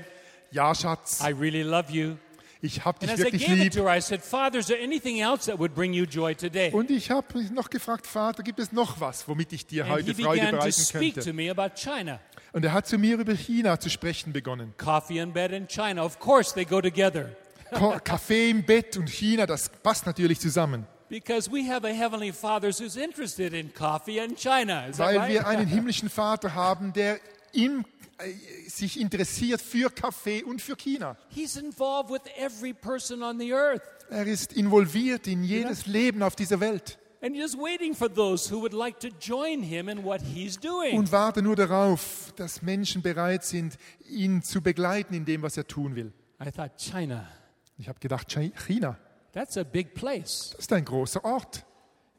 Speaker 2: Ja, Schatz.
Speaker 1: I really love you.
Speaker 2: Ich habe
Speaker 1: And
Speaker 2: dich
Speaker 1: as I
Speaker 2: wirklich
Speaker 1: gave it
Speaker 2: lieb.
Speaker 1: to her, I said, Father, is there anything else that would bring you joy today?
Speaker 2: Und ich habe mich noch gefragt, Vater, gibt es noch was, womit ich dir
Speaker 1: And he
Speaker 2: heute Freude
Speaker 1: began to
Speaker 2: bereiten
Speaker 1: speak to
Speaker 2: könnte?
Speaker 1: me about China.
Speaker 2: Und er hat zu mir über China zu sprechen begonnen.
Speaker 1: Coffee in bed and China. Of course, they go together
Speaker 2: Ko- Kaffee im Bett und China, das passt natürlich zusammen.
Speaker 1: because we have a Heavenly Father who's interested in coffee and China. Is that
Speaker 2: Weil wir
Speaker 1: right?
Speaker 2: einen himmlischen Vater haben, der im, äh, sich interessiert für Kaffee und für China.
Speaker 1: He's involved with every person on the earth.
Speaker 2: Er ist involviert in jedes Leben auf dieser Welt
Speaker 1: And he's waiting for those who would like to join him in what he's doing.
Speaker 2: und warte nur darauf, dass Menschen bereit sind, ihn zu begleiten in dem, was er tun will.
Speaker 1: I thought, China,
Speaker 2: Ich habe gedacht, Chi- China,
Speaker 1: that's a big place.
Speaker 2: das ist ein großer Ort.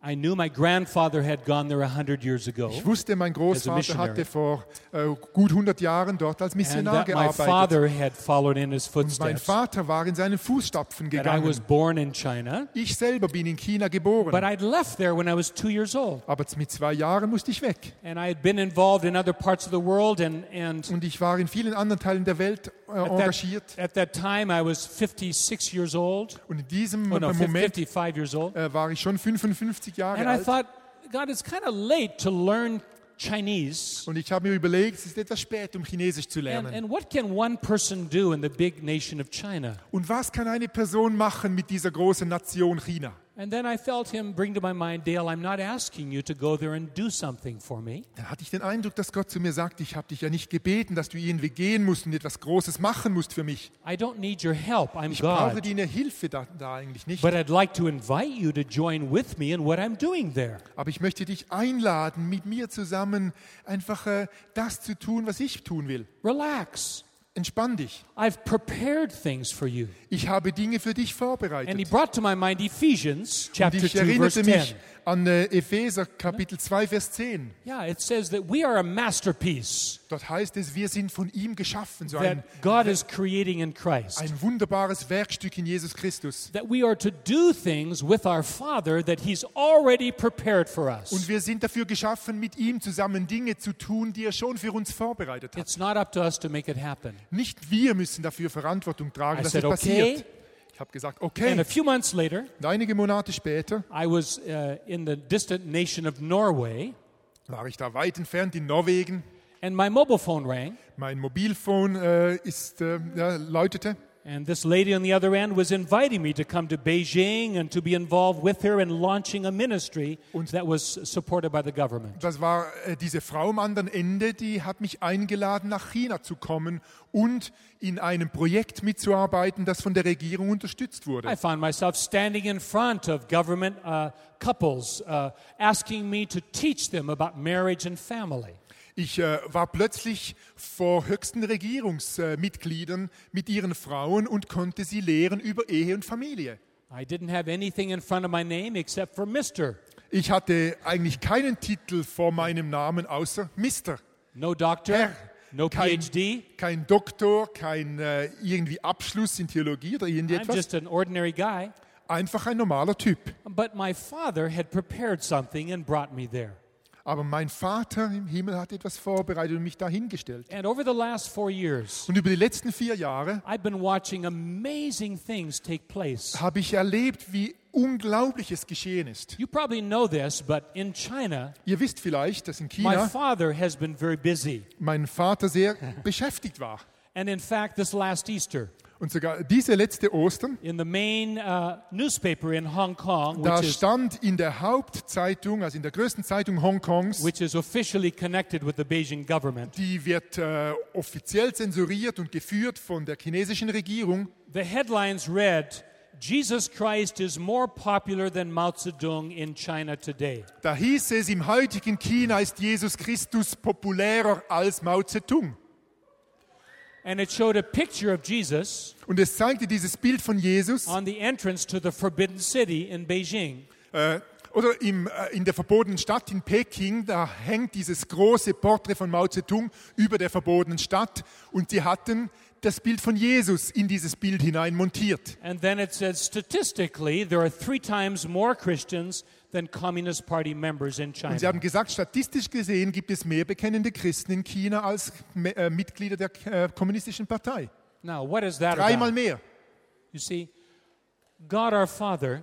Speaker 1: I knew my grandfather had gone there a hundred years ago.
Speaker 2: Ich wusste, mein Großvater
Speaker 1: Oh. missionary.
Speaker 2: hatte vor äh, gut 100 Jahren dort als
Speaker 1: and
Speaker 2: Missionar
Speaker 1: that my
Speaker 2: gearbeitet.
Speaker 1: father had followed in his
Speaker 2: Mein
Speaker 1: footsteps.
Speaker 2: Vater war in seinen Fußstapfen
Speaker 1: That I was
Speaker 2: gegangen.
Speaker 1: born in China,
Speaker 2: Ich selber bin in China
Speaker 1: but
Speaker 2: geboren,
Speaker 1: I'd left there when I was two years old,
Speaker 2: aber mit zwei Jahren musste ich weg.
Speaker 1: and I had been involved in other parts of the world. And and
Speaker 2: Und ich war in vielen anderen Teilen der Welt äh,
Speaker 1: at
Speaker 2: engagiert.
Speaker 1: that, at that time, I was 56 years old.
Speaker 2: Und in diesem
Speaker 1: Oh no, fif-
Speaker 2: Mm, Moment
Speaker 1: 55 years old.
Speaker 2: äh, war ich schon 55 Jahre
Speaker 1: And I
Speaker 2: alt.
Speaker 1: thought, God, it's kind of late to learn Chinese.
Speaker 2: Und ich habe mir überlegt, es ist etwas spät, um Chinesisch zu
Speaker 1: And,
Speaker 2: lernen.
Speaker 1: and what can one person do in the big nation of China?
Speaker 2: Und was kann eine Person machen mit dieser großen Nation China?
Speaker 1: And then I felt him bring to my mind, Dale, I'm not asking you to go there and do something for me.
Speaker 2: Dann hatte ich den Eindruck, dass Gott zu mir sagt, ich habe dich ja nicht gebeten, dass du irgendwie gehen musst und etwas Großes machen musst für mich.
Speaker 1: I don't need your help. I'm
Speaker 2: Ich
Speaker 1: God.
Speaker 2: brauche deine Hilfe da, da eigentlich nicht.
Speaker 1: But I'd like to invite you to join with me in what I'm doing there.
Speaker 2: Aber ich möchte dich einladen, mit mir zusammen einfach äh, das zu tun, was ich tun will.
Speaker 1: Relax.
Speaker 2: Entspann dich.
Speaker 1: I've prepared things for you.
Speaker 2: Ich habe Dinge für dich
Speaker 1: And he
Speaker 2: vorbereitet.
Speaker 1: brought to my mind Ephesians
Speaker 2: Und
Speaker 1: chapter
Speaker 2: ich
Speaker 1: 2 verse
Speaker 2: erinnerte
Speaker 1: 10.
Speaker 2: mich an äh, Epheser Kapitel 2, Vers 10.
Speaker 1: Yeah, it says that we are a masterpiece
Speaker 2: Dort heißt es, wir sind von ihm geschaffen, so ein,
Speaker 1: that God is creating in Christ.
Speaker 2: ein wunderbares Werkstück in Jesus Christus.
Speaker 1: That we are to do things with our Father that he's already prepared for
Speaker 2: Und
Speaker 1: us.
Speaker 2: wir sind dafür geschaffen, mit ihm zusammen Dinge zu tun, die er schon für uns vorbereitet hat.
Speaker 1: It's not up to us to make it happen.
Speaker 2: Nicht wir müssen dafür Verantwortung
Speaker 1: I
Speaker 2: tragen, dass
Speaker 1: said,
Speaker 2: es
Speaker 1: okay.
Speaker 2: passiert. Ich habe gesagt,
Speaker 1: And
Speaker 2: okay.
Speaker 1: a few months later,
Speaker 2: Und einige Monate später
Speaker 1: I was uh, in the distant nation of Norway,
Speaker 2: war ich da weit entfernt in Norwegen.
Speaker 1: and my mobile phone rang.
Speaker 2: Mein Mobilfon äh, ist, äh, ja, läutete.
Speaker 1: And this lady on the other end was inviting me to come to Beijing and to be involved with her in launching a ministry that was supported by the government.
Speaker 2: Das war äh, diese Frau am anderen Ende, die hat mich eingeladen, nach China zu kommen und in einem Projekt mitzuarbeiten, das von der Regierung unterstützt
Speaker 1: I
Speaker 2: wurde.
Speaker 1: found myself standing in front of government uh, couples uh, asking me to teach them about marriage and family.
Speaker 2: Ich äh, war plötzlich vor höchsten Regierungsmitgliedern mit ihren Frauen und konnte sie lehren über Ehe und Familie.
Speaker 1: I didn't have anything in front of my name except for Mr.
Speaker 2: Ich hatte eigentlich keinen Titel vor meinem Namen außer Mister.
Speaker 1: No doctor,
Speaker 2: Herr,
Speaker 1: no
Speaker 2: kein-
Speaker 1: PhD.
Speaker 2: Kein Doktor, kein äh, irgendwie Abschluss in Theologie oder
Speaker 1: I'm
Speaker 2: irgendetwas.
Speaker 1: just an ordinary guy.
Speaker 2: Einfach ein normaler Typ.
Speaker 1: But my father had prepared something and brought me there.
Speaker 2: Aber mein Vater im Himmel hat etwas vorbereitet und mich dahingestellt.
Speaker 1: And over the last four years,
Speaker 2: Und über die letzten vier Jahre
Speaker 1: I've been watching amazing things take place.
Speaker 2: habe ich erlebt, wie unglaubliches geschehen ist.
Speaker 1: You probably know this, but in China,
Speaker 2: Ihr wisst vielleicht, dass in
Speaker 1: my
Speaker 2: China
Speaker 1: father has been very busy.
Speaker 2: mein Vater sehr beschäftigt war.
Speaker 1: And in fact, this last Easter,
Speaker 2: Und sogar diese letzte Ostern,
Speaker 1: in the main uh, newspaper in Hong Kong,
Speaker 2: da
Speaker 1: which is,
Speaker 2: stand in der Hauptzeitung, also in der größten Zeitung Hongkongs,
Speaker 1: which is officially connected with the Beijing government,
Speaker 2: die wird äh, offiziell zensuriert und geführt von der chinesischen Regierung.
Speaker 1: the headlines read, Jesus Christ is more popular than Mao Zedong in China today.
Speaker 2: Da hieß es, im heutigen China ist Jesus Christus populärer als Mao Zedong.
Speaker 1: and it showed a picture of Jesus
Speaker 2: Und es zeigte dieses Bild von Jesus
Speaker 1: on the entrance to the Forbidden City in Beijing.
Speaker 2: äh, oder im, äh, in der verbotenen Stadt in Peking, da hängt dieses große Porträt von Mao Zedong über der verbotenen Stadt und sie hatten das Bild von Jesus in dieses Bild hinein montiert.
Speaker 1: And then it says statistically, there are three times more Christians than Communist Party members in
Speaker 2: Und sie
Speaker 1: China.
Speaker 2: haben gesagt, statistisch gesehen gibt es mehr bekennende Christen in China als Me- äh, Mitglieder der äh, kommunistischen Partei.
Speaker 1: Now, what is that
Speaker 2: Dreimal
Speaker 1: about?
Speaker 2: mehr.
Speaker 1: You see, God our Father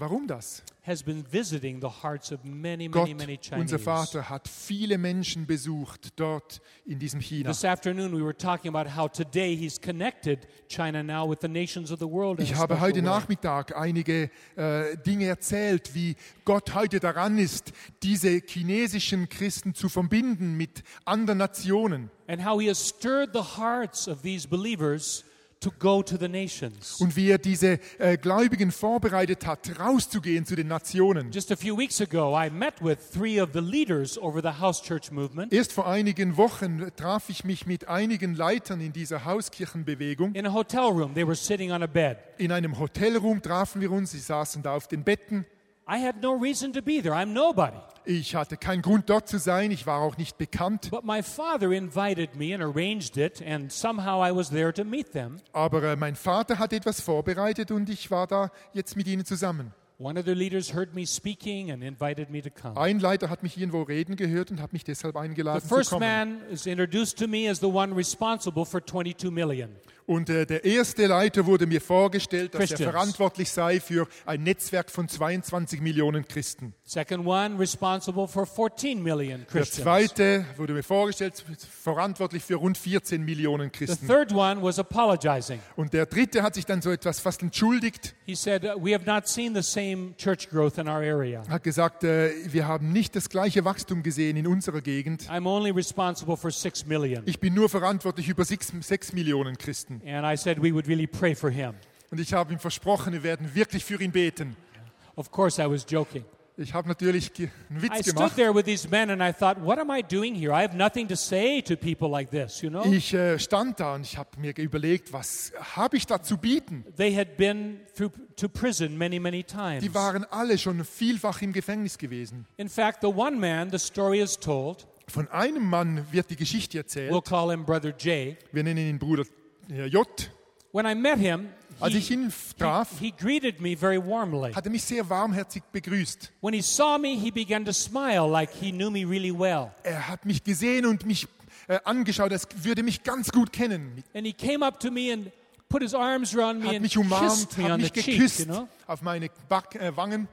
Speaker 2: Warum das?
Speaker 1: has been visiting the hearts of many,
Speaker 2: Gott,
Speaker 1: many, many Chinese.
Speaker 2: unser Vater, hat viele Menschen besucht dort in diesem China.
Speaker 1: This afternoon, we were talking about how today he's connected China now with the nations of the world. in
Speaker 2: Ich
Speaker 1: a
Speaker 2: habe
Speaker 1: special
Speaker 2: heute
Speaker 1: way.
Speaker 2: Nachmittag einige äh, Dinge erzählt, wie Gott heute daran ist, diese chinesischen Christen zu verbinden mit anderen Nationen
Speaker 1: and how he has stirred the hearts of these believers to go to the nations.
Speaker 2: und wie er diese äh, Gläubigen vorbereitet hat, rauszugehen zu den Nationen.
Speaker 1: Just a few weeks ago, I met with three of the leaders over the house church movement
Speaker 2: Erst vor einigen Wochen traf ich mich mit einigen Leitern in dieser Hauskirchenbewegung.
Speaker 1: in a hotel room. They were sitting on a bed.
Speaker 2: In einem Hotelroom trafen wir uns, sie saßen da auf den Betten.
Speaker 1: I had no reason to be there. I'm nobody.
Speaker 2: Ich hatte keinen Grund dort zu sein, ich war auch nicht bekannt,
Speaker 1: But my father invited me and arranged it, and somehow I was there to meet them.
Speaker 2: aber äh, mein Vater hat etwas vorbereitet und ich war da jetzt mit ihnen zusammen.
Speaker 1: One of the leaders heard me speaking and invited me to come.
Speaker 2: Ein Leiter hat mich irgendwo reden gehört und hat mich deshalb
Speaker 1: The
Speaker 2: eingeladen zu
Speaker 1: first
Speaker 2: kommen.
Speaker 1: man is introduced to me as the one responsible for 22 million.
Speaker 2: Und äh, der erste Leiter wurde mir vorgestellt, dass er
Speaker 1: Christians.
Speaker 2: verantwortlich sei für ein Netzwerk von 22 Millionen Christen.
Speaker 1: Second one responsible for 14 million
Speaker 2: Der
Speaker 1: Christians.
Speaker 2: zweite wurde mir vorgestellt, verantwortlich für rund 14 Millionen
Speaker 1: The
Speaker 2: Christen.
Speaker 1: third one was apologizing.
Speaker 2: Und der dritte hat sich dann so etwas fast entschuldigt,
Speaker 1: He said, uh, We have not seen the same church growth in our area.
Speaker 2: hat gesagt, äh, wir haben nicht das gleiche Wachstum gesehen in unserer Gegend.
Speaker 1: I'm only responsible for 6 million.
Speaker 2: Ich bin nur verantwortlich über sechs, sechs Millionen Christen.
Speaker 1: And I said, We would really pray for him.
Speaker 2: Und ich habe ihm versprochen, wir werden wirklich für ihn beten.
Speaker 1: Of course, I was joking.
Speaker 2: Ich habe natürlich ge- einen
Speaker 1: I
Speaker 2: Witz
Speaker 1: stood
Speaker 2: gemacht.
Speaker 1: there with these men and I thought, What am I doing here? I have nothing to say to people like this, you know?
Speaker 2: Ich äh, stand da und ich habe mir überlegt, was habe ich da zu bieten?
Speaker 1: They had been through to prison many, many times.
Speaker 2: Die waren alle schon vielfach im Gefängnis gewesen.
Speaker 1: In fact, the one man, the story is told,
Speaker 2: Von einem Mann wird die Geschichte erzählt.
Speaker 1: we'll call him Brother J.
Speaker 2: Wir nennen ihn Bruder äh, J.
Speaker 1: When I met him,
Speaker 2: Als ich
Speaker 1: he,
Speaker 2: ihn traf,
Speaker 1: he greeted me very warmly.
Speaker 2: hat er mich sehr warmherzig begrüßt.
Speaker 1: When he saw me, he began to smile like he knew me really well.
Speaker 2: Er hat mich gesehen und mich äh, angeschaut, als würde mich ganz gut kennen.
Speaker 1: And he came up to me and put his arms around me
Speaker 2: Hat
Speaker 1: and
Speaker 2: mich umarmt,
Speaker 1: kissed me
Speaker 2: hat
Speaker 1: on the
Speaker 2: mich
Speaker 1: cheek, you
Speaker 2: geküsst
Speaker 1: know?
Speaker 2: auf meine Back, äh, Wangen.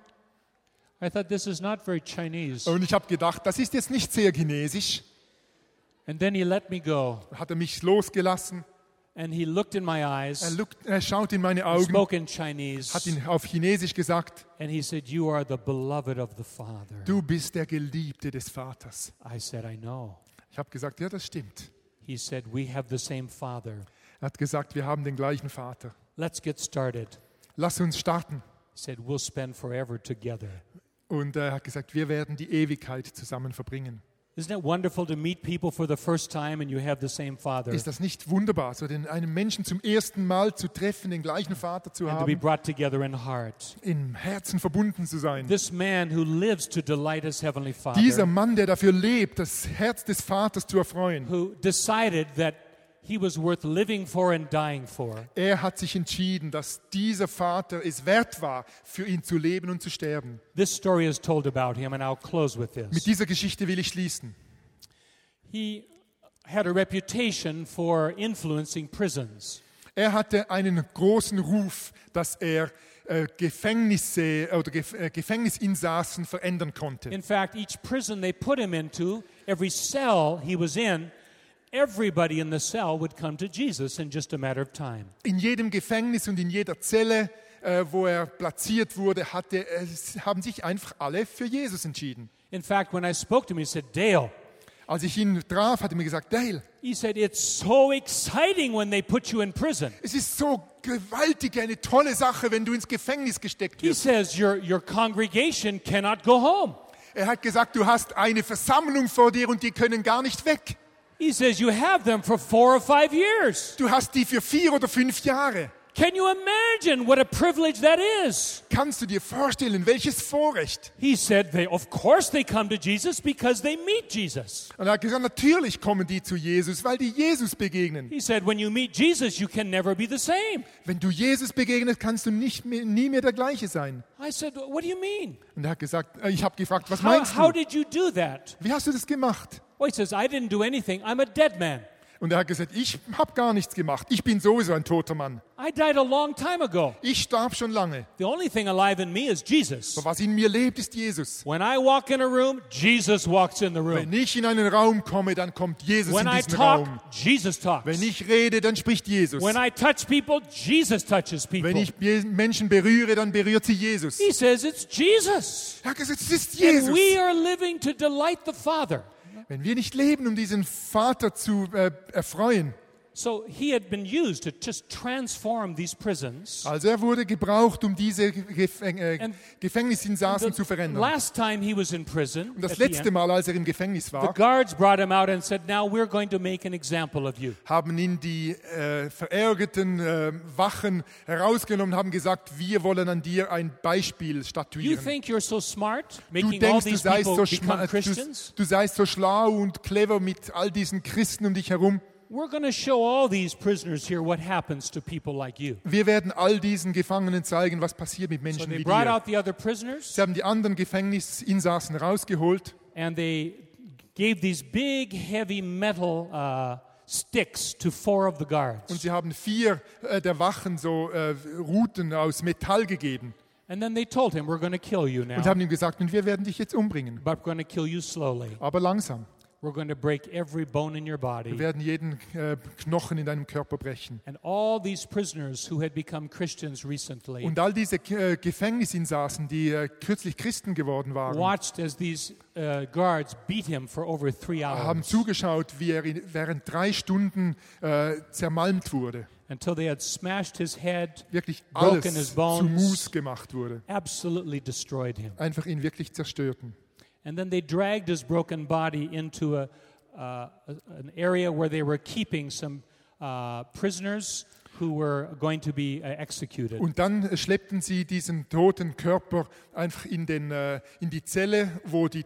Speaker 1: I thought this is not very Chinese.
Speaker 2: Und ich habe gedacht, das ist jetzt nicht sehr chinesisch.
Speaker 1: And then he let me go
Speaker 2: Hat er mich losgelassen.
Speaker 1: and he looked in my
Speaker 2: Er,
Speaker 1: eyes,
Speaker 2: lugt, er schaut in meine Augen.
Speaker 1: spoke in
Speaker 2: hat
Speaker 1: Chinese,
Speaker 2: ihn auf Chinesisch gesagt,
Speaker 1: and he said, "You are the beloved of the Father."
Speaker 2: du bist der Geliebte des Vaters.
Speaker 1: I said, "I know."
Speaker 2: Ich habe gesagt, ja, das stimmt.
Speaker 1: He said, "We have the same Father.
Speaker 2: Er hat gesagt, wir haben den gleichen Vater.
Speaker 1: Let's get started."
Speaker 2: Lass uns starten.
Speaker 1: He said, "We'll spend forever together."
Speaker 2: Und er hat gesagt, wir werden die Ewigkeit zusammen verbringen.
Speaker 1: Isn't it wonderful to meet people for the first time and you have the same Father
Speaker 2: Ist das nicht wunderbar, so den einen Menschen zum ersten Mal zu treffen, den gleichen Vater zu
Speaker 1: and to be
Speaker 2: haben,
Speaker 1: brought together in heart?
Speaker 2: im Herzen verbunden zu sein?
Speaker 1: This man who lives to delight his heavenly Father,
Speaker 2: Dieser Mann, der dafür lebt, das Herz des Vaters zu erfreuen,
Speaker 1: who decided that he was worth living for and dying for,
Speaker 2: er hat sich entschieden, dass dieser Vater es wert war, für ihn zu leben und zu sterben.
Speaker 1: this story is told about him, and I'll close with
Speaker 2: Mit
Speaker 1: this.
Speaker 2: dieser Geschichte will ich schließen.
Speaker 1: He had a reputation for influencing prisons.
Speaker 2: Er hatte einen großen Ruf, dass er äh, Gefängnisse oder Gef äh, Gefängnisinsassen verändern konnte.
Speaker 1: In fact, each prison they put him into, every cell he was in, everybody in the cell would come to Jesus in just a matter of time.
Speaker 2: In jedem Gefängnis und in jeder Zelle, äh, wo er platziert wurde, hatte, äh, s- haben sich einfach alle für Jesus entschieden.
Speaker 1: In fact, when I spoke to him, he said, Dale,
Speaker 2: Als ich ihn traf, hat er mir gesagt, Dale,
Speaker 1: he said, it's so exciting when they put you in prison.
Speaker 2: es ist so gewaltig, eine tolle Sache, wenn du ins Gefängnis gesteckt
Speaker 1: He
Speaker 2: wirst.
Speaker 1: says, your, your congregation cannot go home.
Speaker 2: Er hat gesagt, du hast eine Versammlung vor dir und die können gar nicht weg.
Speaker 1: He says, You have them for four or five years.
Speaker 2: Du hast die für vier oder fünf Jahre.
Speaker 1: Can you imagine what a privilege that is?
Speaker 2: Kannst du dir vorstellen, welches Vorrecht?
Speaker 1: He said, they, Of course they come to Jesus because they meet Jesus.
Speaker 2: Und er hat gesagt, natürlich kommen die zu Jesus, weil die Jesus begegnen.
Speaker 1: He said, When you meet Jesus, you can never be the same.
Speaker 2: Wenn du Jesus begegnest, kannst du nicht mehr, nie mehr der gleiche sein.
Speaker 1: I said, What do you mean?
Speaker 2: Und er hat gesagt, äh, ich habe gefragt, was
Speaker 1: How,
Speaker 2: meinst
Speaker 1: how
Speaker 2: du?
Speaker 1: did you do that?
Speaker 2: Wie hast du das gemacht?
Speaker 1: Well, he says, I didn't do anything. I'm a dead man.
Speaker 2: Und er hat gesagt, ich habe gar nichts gemacht. Ich bin sowieso ein toter Mann.
Speaker 1: I died a long time ago.
Speaker 2: Ich starb schon lange.
Speaker 1: The only thing alive in me is Jesus.
Speaker 2: Aber was in mir lebt, ist Jesus.
Speaker 1: When I walk in a room, Jesus walks in the room.
Speaker 2: Wenn ich in einen Raum komme, dann kommt Jesus
Speaker 1: When
Speaker 2: in
Speaker 1: I
Speaker 2: diesen Raum.
Speaker 1: talk, Jesus talks.
Speaker 2: Wenn ich rede, dann spricht Jesus.
Speaker 1: When I touch people, Jesus touches
Speaker 2: Wenn
Speaker 1: people.
Speaker 2: ich Je- Menschen berühre, dann berührt sie Jesus.
Speaker 1: He says it's Jesus.
Speaker 2: Er hat gesagt, es ist
Speaker 1: And
Speaker 2: Jesus.
Speaker 1: we are living to delight the Father.
Speaker 2: Wenn wir nicht leben, um diesen Vater zu äh, erfreuen.
Speaker 1: So he had been used to just transform these prisons.
Speaker 2: Also er wurde gebraucht, um diese Gefäng äh,
Speaker 1: And-
Speaker 2: Gefängnisinsassen zu
Speaker 1: The
Speaker 2: verändern.
Speaker 1: last time he was in prison,
Speaker 2: Und
Speaker 1: at
Speaker 2: das
Speaker 1: the
Speaker 2: letzte
Speaker 1: end,
Speaker 2: Mal, als er im Gefängnis
Speaker 1: the
Speaker 2: war,
Speaker 1: guards brought him out and said, Now we're going to make an example of you.
Speaker 2: haben ihn die äh, verärgerten äh, Wachen herausgenommen und haben gesagt, wir wollen an dir ein Beispiel
Speaker 1: You
Speaker 2: statuieren.
Speaker 1: think you're so smart,
Speaker 2: Du
Speaker 1: making all
Speaker 2: denkst, du
Speaker 1: these
Speaker 2: seist,
Speaker 1: people
Speaker 2: so
Speaker 1: become
Speaker 2: schma- du,
Speaker 1: Christians?
Speaker 2: du seist so schlau und clever mit all diesen Christen um dich herum.
Speaker 1: We're going to show all these prisoners here what happens to people like you.
Speaker 2: Wir werden all diesen Gefangenen zeigen, was passiert mit
Speaker 1: So
Speaker 2: Menschen
Speaker 1: they
Speaker 2: wie
Speaker 1: brought
Speaker 2: dir.
Speaker 1: out the other prisoners
Speaker 2: Sie haben die anderen Gefängnisinsassen rausgeholt
Speaker 1: and they gave these big, heavy metal uh, sticks to four of the
Speaker 2: und
Speaker 1: guards.
Speaker 2: sie haben vier äh, der Wachen so äh, Ruten aus Metall gegeben
Speaker 1: And then they told him, We're going to kill you
Speaker 2: und
Speaker 1: now,
Speaker 2: haben ihm gesagt, und wir werden dich jetzt umbringen,
Speaker 1: but we're going to kill you slowly.
Speaker 2: aber langsam.
Speaker 1: We're going to break every bone in your
Speaker 2: Wir
Speaker 1: body.
Speaker 2: werden jeden äh, Knochen in deinem Körper brechen.
Speaker 1: And all these prisoners who had become Christians recently
Speaker 2: Und all diese äh, Gefängnisinsassen, die äh, kürzlich Christen geworden waren,
Speaker 1: watched as these uh, guards beat him for over three
Speaker 2: haben
Speaker 1: hours
Speaker 2: zugeschaut, wie er in, während drei Stunden äh, zermalmt wurde,
Speaker 1: until they had smashed his head,
Speaker 2: wirklich
Speaker 1: broken his
Speaker 2: alles zu
Speaker 1: bones.
Speaker 2: Mus gemacht wurde,
Speaker 1: absolutely destroyed him.
Speaker 2: einfach ihn wirklich zerstörten.
Speaker 1: And then they dragged his broken body into a, uh, a- an area where they were keeping some uh, prisoners who were going to be uh, executed.
Speaker 2: Und dann äh, schleppten sie diesen toten Körper einfach in, den, äh, in die Zelle, wo die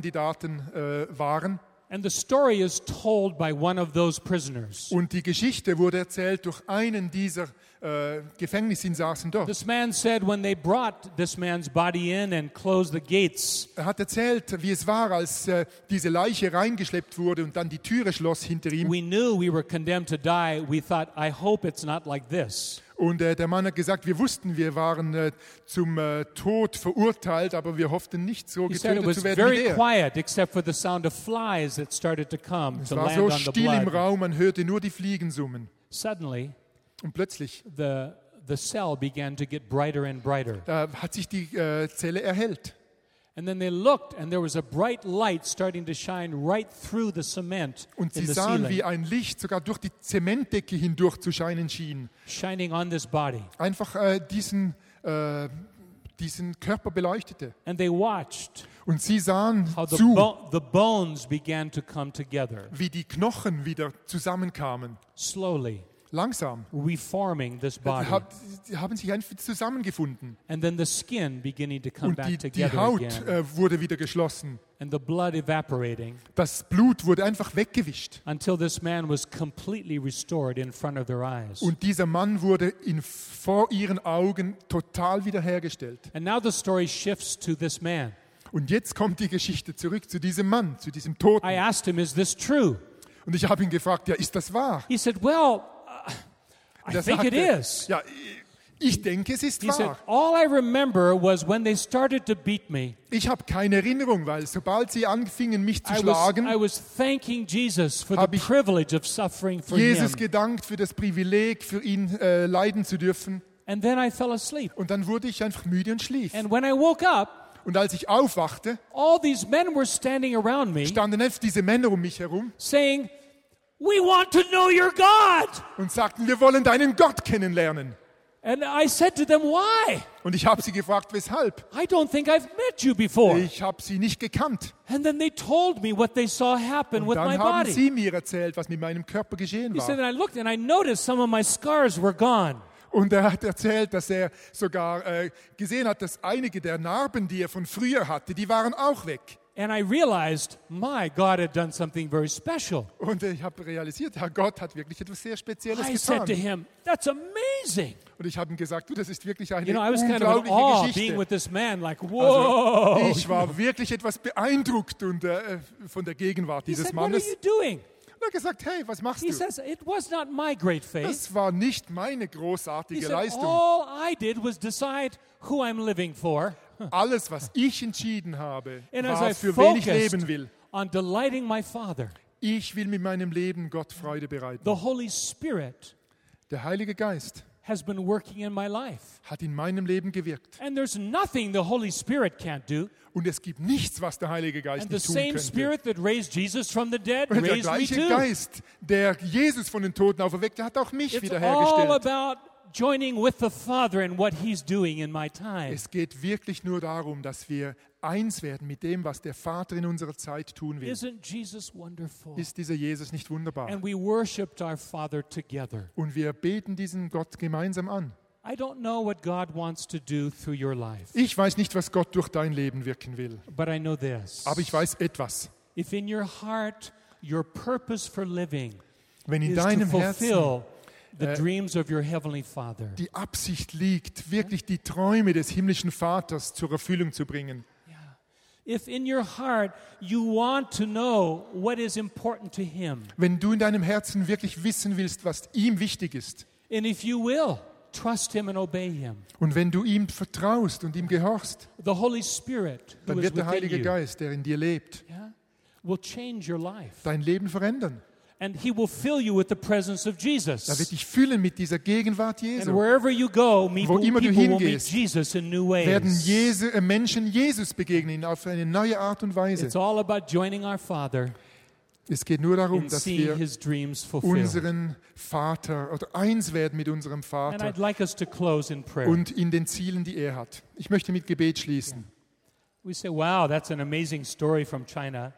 Speaker 2: Todeskandidaten äh, waren.
Speaker 1: And the story is told by one of those prisoners.
Speaker 2: Und die Geschichte wurde erzählt durch einen dieser äh, Gefängnisinsassen dort.
Speaker 1: This man said when they brought this man's body in and closed the gates,
Speaker 2: Er hat erzählt, wie es war, als äh, diese Leiche reingeschleppt wurde und dann die Türe schloss hinter ihm.
Speaker 1: we knew we were condemned to die. We thought, I hope it's not like this.
Speaker 2: Und äh, der Mann hat gesagt, wir wussten, wir waren äh, zum äh, Tod verurteilt, aber wir hofften nicht so
Speaker 1: He said it
Speaker 2: getötet
Speaker 1: was
Speaker 2: zu werden wie
Speaker 1: very
Speaker 2: der.
Speaker 1: quiet, except for the sound of flies that started to come
Speaker 2: Es
Speaker 1: to
Speaker 2: war
Speaker 1: land
Speaker 2: so
Speaker 1: on the
Speaker 2: still im
Speaker 1: blood.
Speaker 2: Raum, man hörte nur die Fliegen summen.
Speaker 1: Suddenly,
Speaker 2: Und plötzlich
Speaker 1: the the cell began to get brighter and brighter.
Speaker 2: da hat sich die äh, Zelle erhellt.
Speaker 1: And then they looked, and there was a bright light starting to shine right through the cement
Speaker 2: Und sie
Speaker 1: in the
Speaker 2: sahen,
Speaker 1: ceiling,
Speaker 2: wie ein Licht sogar durch die Zementdecke hindurch zu scheinen schien.
Speaker 1: shining on this body.
Speaker 2: Einfach äh, diesen, äh, diesen Körper beleuchtete.
Speaker 1: And they watched
Speaker 2: Und sie sahen
Speaker 1: how the,
Speaker 2: zu.
Speaker 1: bo- the bones began to come together,
Speaker 2: wie die Knochen wieder zusammenkamen,
Speaker 1: slowly
Speaker 2: langsam.
Speaker 1: reforming this body.
Speaker 2: Hab, die haben sich einfach zusammengefunden
Speaker 1: And then the skin beginning to come
Speaker 2: und
Speaker 1: back
Speaker 2: die, die
Speaker 1: together
Speaker 2: Haut
Speaker 1: again,
Speaker 2: äh, wurde wieder geschlossen.
Speaker 1: and the blood evaporating
Speaker 2: Das Blut wurde einfach weggewischt
Speaker 1: until this man was completely restored in front of their eyes.
Speaker 2: und dieser Mann wurde in, vor ihren Augen total wiederhergestellt.
Speaker 1: And now the story shifts to this man.
Speaker 2: Und jetzt kommt die Geschichte zurück zu diesem Mann, zu diesem Toten.
Speaker 1: I asked him, Is this true?
Speaker 2: Und ich habe ihn gefragt, ja, ist das wahr?
Speaker 1: He said, Well, uh, I
Speaker 2: Der
Speaker 1: think it is.
Speaker 2: ja, ich- ich denke, es ist
Speaker 1: He said,
Speaker 2: wahr.
Speaker 1: All I remember was when they started to beat me,
Speaker 2: Ich habe keine Erinnerung, weil sobald sie anfingen, mich zu
Speaker 1: I was,
Speaker 2: schlagen,
Speaker 1: I was thanking Jesus for the
Speaker 2: Hab ich
Speaker 1: privilege of suffering for
Speaker 2: Jesus
Speaker 1: him.
Speaker 2: gedankt für das Privileg, für ihn äh, leiden zu dürfen.
Speaker 1: And then I fell asleep.
Speaker 2: Und dann wurde ich einfach müde und schlief.
Speaker 1: And when I woke up,
Speaker 2: Und als ich aufwachte,
Speaker 1: all these men were standing around me
Speaker 2: standen elf diese Männer um mich herum
Speaker 1: saying, We want to know your God.
Speaker 2: und sagten, wir wollen deinen Gott kennenlernen.
Speaker 1: And I said to them, Why?
Speaker 2: Und ich habe sie gefragt, weshalb.
Speaker 1: I don't think I've met you before.
Speaker 2: Ich habe sie nicht gekannt.
Speaker 1: And then they told me what they saw happen
Speaker 2: Und
Speaker 1: with my
Speaker 2: dann haben
Speaker 1: body.
Speaker 2: sie mir erzählt, was mit meinem Körper geschehen
Speaker 1: He said,
Speaker 2: war.
Speaker 1: and I looked and I noticed some of my scars were gone.
Speaker 2: Und er hat erzählt, dass er sogar äh, gesehen hat, dass einige der Narben, die er von früher hatte, die waren auch weg.
Speaker 1: And I realized, my God had done something very special.
Speaker 2: Und ich habe realisiert, Herr Gott hat wirklich etwas sehr Spezielles
Speaker 1: I said to
Speaker 2: getan.
Speaker 1: him, That's amazing.
Speaker 2: Und ich habe ihm gesagt, du, das ist wirklich eine
Speaker 1: You know, I was kind of in
Speaker 2: unglaubliche
Speaker 1: awe being
Speaker 2: Geschichte.
Speaker 1: with Oh. this man, like, whoa.
Speaker 2: Also, ich war wirklich etwas beeindruckt und, äh, von der Gegenwart
Speaker 1: he
Speaker 2: dieses
Speaker 1: said, What are
Speaker 2: Mannes.
Speaker 1: you doing?
Speaker 2: Und er hat gesagt, hey, was machst
Speaker 1: He
Speaker 2: du?
Speaker 1: says, It was not my great faith.
Speaker 2: Das war nicht meine
Speaker 1: He
Speaker 2: großartige
Speaker 1: said, "Oh."
Speaker 2: Leistung.
Speaker 1: All I did was decide who I'm living for.
Speaker 2: Alles, was ich entschieden habe,
Speaker 1: And as I
Speaker 2: war, für wen ich
Speaker 1: focused
Speaker 2: leben will.
Speaker 1: on delighting my Father,
Speaker 2: Ich will mit meinem Leben Gott Freude bereiten.
Speaker 1: the Holy Spirit
Speaker 2: Der Heilige Geist
Speaker 1: has been working in my life.
Speaker 2: hat in meinem Leben gewirkt.
Speaker 1: And there's nothing the Holy Spirit can't do.
Speaker 2: Und es gibt nichts, was der Heilige Geist
Speaker 1: And the
Speaker 2: nicht tun
Speaker 1: same
Speaker 2: könnte.
Speaker 1: Spirit that raised Jesus from the dead
Speaker 2: Und der
Speaker 1: raised me
Speaker 2: gleiche
Speaker 1: too.
Speaker 2: Geist, der Jesus von den Toten auferweckte, hat auch mich
Speaker 1: It's all
Speaker 2: wiederhergestellt.
Speaker 1: about joining with the Father and what He's doing in my time.
Speaker 2: Es geht wirklich nur darum, dass wir eins werden mit dem, was der Vater in unserer Zeit tun will.
Speaker 1: Isn't Jesus wonderful?
Speaker 2: Ist dieser Jesus nicht wunderbar?
Speaker 1: And we worshiped our Father together.
Speaker 2: Und wir beten diesen Gott gemeinsam an.
Speaker 1: I don't know what God wants to do through your life,
Speaker 2: Ich weiß nicht, was Gott durch dein Leben wirken will,
Speaker 1: but I know this.
Speaker 2: aber ich weiß etwas.
Speaker 1: If in your heart your purpose for living
Speaker 2: Wenn in uh,
Speaker 1: is to
Speaker 2: deinem Herzen
Speaker 1: fulfill the dreams of your Heavenly Father,
Speaker 2: die Absicht liegt, wirklich die Träume des himmlischen Vaters zur Erfüllung zu bringen,
Speaker 1: if in your heart you want to know what is important to Him,
Speaker 2: wenn du in deinem Herzen wirklich wissen willst, was ihm wichtig ist,
Speaker 1: and if you will, trust Him and obey Him,
Speaker 2: und wenn du ihm vertraust und ihm gehorchst,
Speaker 1: the Holy Spirit, who
Speaker 2: dann
Speaker 1: is
Speaker 2: wird der
Speaker 1: within
Speaker 2: Heilige
Speaker 1: you,
Speaker 2: Geist, der in dir lebt,
Speaker 1: yeah, will change your life.
Speaker 2: dein Leben verändern.
Speaker 1: And He will fill you with the presence of
Speaker 2: Er wird
Speaker 1: Jesus.
Speaker 2: dich füllen mit dieser Gegenwart
Speaker 1: And
Speaker 2: Jesu.
Speaker 1: wherever you go, meet,
Speaker 2: Wo immer du
Speaker 1: people will meet
Speaker 2: hingehst,
Speaker 1: Jesus in new
Speaker 2: Werden
Speaker 1: ways.
Speaker 2: Jesu, äh, Menschen Jesus begegnen auf eine neue Art und Weise.
Speaker 1: It's all about joining our Father
Speaker 2: Es geht nur darum,
Speaker 1: in
Speaker 2: dass
Speaker 1: seeing
Speaker 2: wir
Speaker 1: His dreams fulfilled.
Speaker 2: unseren Vater oder eins werden mit unserem
Speaker 1: And
Speaker 2: Vater
Speaker 1: I'd like us to close in prayer.
Speaker 2: und in den Zielen, die er hat. Ich möchte mit Gebet schließen.
Speaker 1: We say, wow, that's an amazing story from China.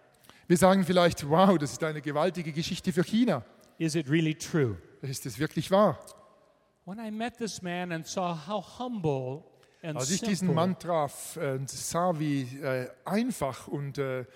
Speaker 2: Wir sagen vielleicht, wow, das ist eine gewaltige Geschichte für China.
Speaker 1: Is it really true?
Speaker 2: Ist es wirklich wahr?
Speaker 1: When I met this man and saw how humble and
Speaker 2: Als ich diesen
Speaker 1: simple
Speaker 2: Mann traf äh, und sah, wie äh, einfach und äh,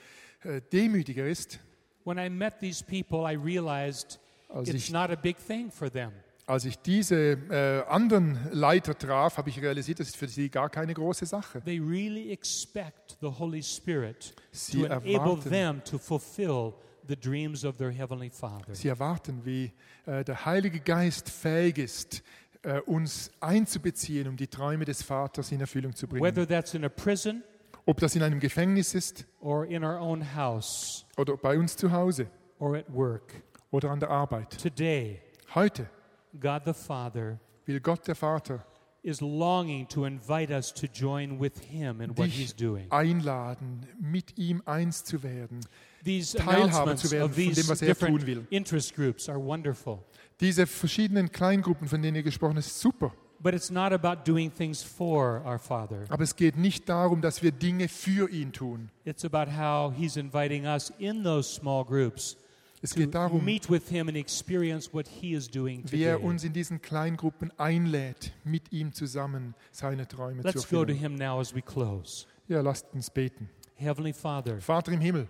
Speaker 2: äh, demütig er ist,
Speaker 1: when I met these people, I realized
Speaker 2: als
Speaker 1: it's
Speaker 2: ich,
Speaker 1: not a big thing for them.
Speaker 2: als ich diese äh, anderen Leiter traf, habe ich realisiert, das ist für sie gar keine große Sache.
Speaker 1: They really expect the Holy Spirit
Speaker 2: Sie
Speaker 1: to enable
Speaker 2: erwarten,
Speaker 1: them to fulfill the dreams of their Heavenly Father.
Speaker 2: sie erwarten, wie äh, der Heilige Geist fähig ist, äh, uns einzubeziehen, um die Träume des Vaters in Erfüllung zu bringen.
Speaker 1: Whether that's in a prison
Speaker 2: Ob das in einem Gefängnis ist
Speaker 1: or in our own house
Speaker 2: oder bei uns zu Hause
Speaker 1: or at work.
Speaker 2: oder an der Arbeit.
Speaker 1: Today,
Speaker 2: Heute
Speaker 1: God the Father
Speaker 2: will Gott der Vater
Speaker 1: is longing to invite us to join with Him in what He's
Speaker 2: dich
Speaker 1: doing.
Speaker 2: einladen, mit ihm eins zu werden.
Speaker 1: These
Speaker 2: teilhaben
Speaker 1: announcements
Speaker 2: zu werden
Speaker 1: of
Speaker 2: von dem,
Speaker 1: these
Speaker 2: was er tun will.
Speaker 1: different interest groups are wonderful,
Speaker 2: Diese verschiedenen Kleingruppen, von denen ihr gesprochen habt, super.
Speaker 1: but it's not about doing things for our Father.
Speaker 2: Aber es geht nicht darum, dass wir Dinge für ihn tun.
Speaker 1: It's about how He's inviting us in those small groups
Speaker 2: Es
Speaker 1: to
Speaker 2: geht darum,
Speaker 1: meet with Him and experience what He is doing today.
Speaker 2: wie er uns in diesen Kleingruppen einlädt, mit ihm zusammen seine Träume
Speaker 1: Let's
Speaker 2: zu
Speaker 1: go to
Speaker 2: erfüllen.
Speaker 1: Him now as we close.
Speaker 2: Ja, lasst uns beten.
Speaker 1: Heavenly Father,
Speaker 2: Vater im Himmel,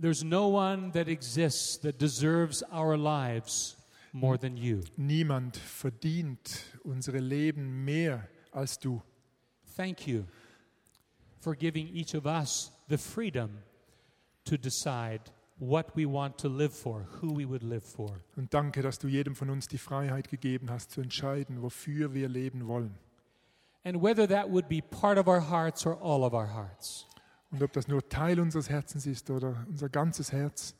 Speaker 1: there's no one that exists that deserves our lives more than you.
Speaker 2: niemand verdient unsere Leben mehr als du.
Speaker 1: Thank you for giving each of us the freedom to decide what we want to live for, who we would live for.
Speaker 2: Und danke, dass du jedem von uns die Freiheit gegeben hast, zu entscheiden, wofür wir leben wollen.
Speaker 1: And whether that would be part of our hearts or all of our hearts.
Speaker 2: Und ob das nur Teil unseres Herzens ist oder unser ganzes Herz.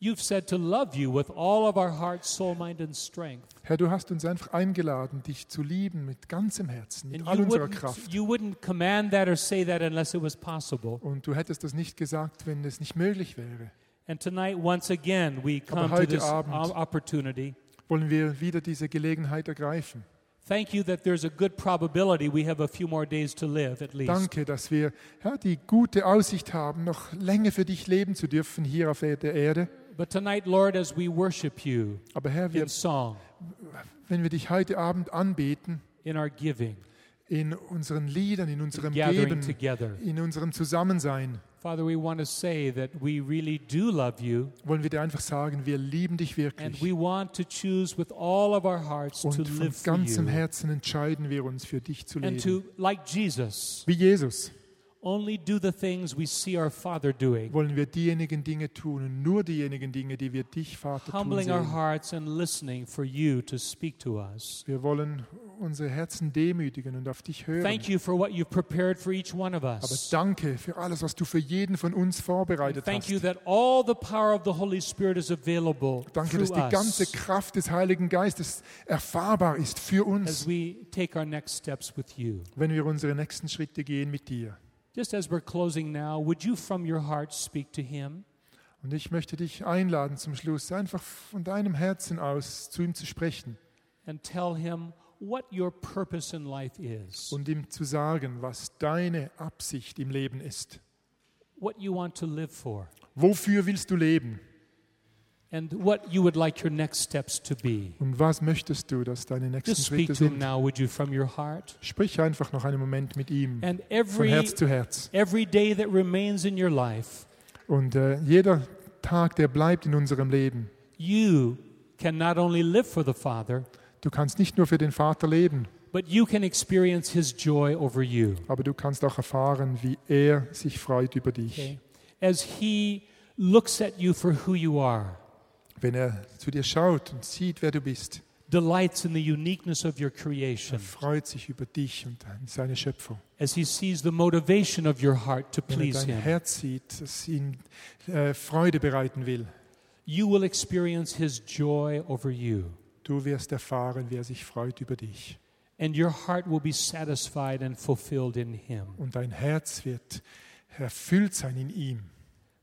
Speaker 1: You've said to love you with all of our heart, soul, mind, and strength.
Speaker 2: Herr, du hast uns einfach eingeladen, dich zu lieben mit ganzem Herzen, mit
Speaker 1: And
Speaker 2: all
Speaker 1: you
Speaker 2: unserer
Speaker 1: wouldn't,
Speaker 2: Kraft.
Speaker 1: you wouldn't command that or say that unless it was possible.
Speaker 2: Und du hättest das nicht gesagt, wenn es nicht möglich wäre.
Speaker 1: And tonight, once again, we come to
Speaker 2: heute
Speaker 1: this
Speaker 2: Abend-
Speaker 1: o- opportunity
Speaker 2: Wollen wir wieder diese Gelegenheit ergreifen,
Speaker 1: Thank you that there's a good probability we have a few more days to live at least.
Speaker 2: Danke, dass wir Herr, die gute Aussicht haben, noch länger für dich leben zu dürfen hier auf der Erde.
Speaker 1: But tonight, Lord, as we worship you
Speaker 2: Aber Herr, wir,
Speaker 1: in song,
Speaker 2: wenn wir dich heute Abend anbeten,
Speaker 1: in our giving,
Speaker 2: in unseren Liedern, in unserem
Speaker 1: gathering
Speaker 2: Geben,
Speaker 1: together,
Speaker 2: in unserem Zusammensein,
Speaker 1: Father, we want to say that we really do love you
Speaker 2: wollen wir dir einfach sagen, wir lieben dich
Speaker 1: and
Speaker 2: wirklich.
Speaker 1: we want to choose with all of our hearts to
Speaker 2: Und von
Speaker 1: live for
Speaker 2: ganzem
Speaker 1: you
Speaker 2: Herzen entscheiden wir uns für dich zu
Speaker 1: and
Speaker 2: leben.
Speaker 1: to, like Jesus,
Speaker 2: Wie Jesus
Speaker 1: only do the things we see our Father doing,
Speaker 2: wollen wir diejenigen Dinge tun und nur diejenigen Dinge, die wir dich, Vater, tun
Speaker 1: humbling our
Speaker 2: sehen.
Speaker 1: hearts and listening for you to speak to us.
Speaker 2: Wir wollen unsere Herzen demütigen und auf dich hören.
Speaker 1: Thank you for what you've prepared for each one of
Speaker 2: Aber
Speaker 1: us.
Speaker 2: danke für alles, was du für jeden von uns vorbereitet
Speaker 1: Thank you
Speaker 2: hast.
Speaker 1: that all the power of the Holy Spirit is available
Speaker 2: Danke,
Speaker 1: through
Speaker 2: dass die ganze
Speaker 1: us
Speaker 2: Kraft des Heiligen Geistes erfahrbar ist
Speaker 1: as
Speaker 2: für uns,
Speaker 1: we take our next steps with you.
Speaker 2: wenn wir unsere nächsten Schritte gehen mit dir.
Speaker 1: Just as we're closing now, would you from your heart speak to him?
Speaker 2: Und ich möchte dich einladen zum Schluss, einfach von deinem Herzen aus zu ihm zu sprechen
Speaker 1: and tell him what your purpose in life is,
Speaker 2: und ihm zu sagen, was deine Absicht im Leben ist.
Speaker 1: what you want to live for,
Speaker 2: Wofür willst du leben?
Speaker 1: and what you would like your next steps to be.
Speaker 2: Und was möchtest du, dass deine nächsten
Speaker 1: Just speak
Speaker 2: Schritte
Speaker 1: to him
Speaker 2: sind?
Speaker 1: now, would you, from your heart?
Speaker 2: Sprich einfach noch einen Moment mit ihm,
Speaker 1: And
Speaker 2: von
Speaker 1: every,
Speaker 2: Herz zu Herz.
Speaker 1: every day that remains in your life,
Speaker 2: Und äh, jeder Tag, der bleibt in unserem Leben.
Speaker 1: you can not only live for the Father,
Speaker 2: Du kannst nicht nur für den Vater leben,
Speaker 1: but you can experience his joy over you.
Speaker 2: aber du kannst auch erfahren, wie er sich freut über dich,
Speaker 1: Okay? As he looks at you for who you are,
Speaker 2: wenn er zu dir schaut und sieht, wer du bist.
Speaker 1: delights in the uniqueness of your
Speaker 2: Er
Speaker 1: creation,
Speaker 2: freut sich über dich und seine Schöpfung.
Speaker 1: as he sees the motivation of your heart to
Speaker 2: Wenn er
Speaker 1: please
Speaker 2: dein
Speaker 1: him.
Speaker 2: Herz sieht, das ihm äh, Freude bereiten will,
Speaker 1: you will experience his joy over you,
Speaker 2: du wirst erfahren, wie er sich freut über dich.
Speaker 1: and your heart will be satisfied and fulfilled in him.
Speaker 2: Und dein Herz wird erfüllt sein in ihm.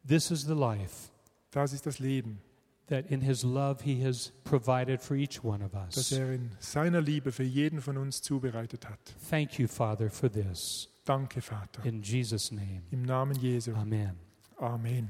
Speaker 1: This is the life
Speaker 2: Das ist das Leben,
Speaker 1: that in his love he has provided for each one of
Speaker 2: das
Speaker 1: us.
Speaker 2: er in seiner Liebe für jeden von uns zubereitet hat.
Speaker 1: Thank you, Father, for this.
Speaker 2: Danke, Vater.
Speaker 1: In Jesus' name,
Speaker 2: Im Namen Jesu.
Speaker 1: amen.
Speaker 2: Amen.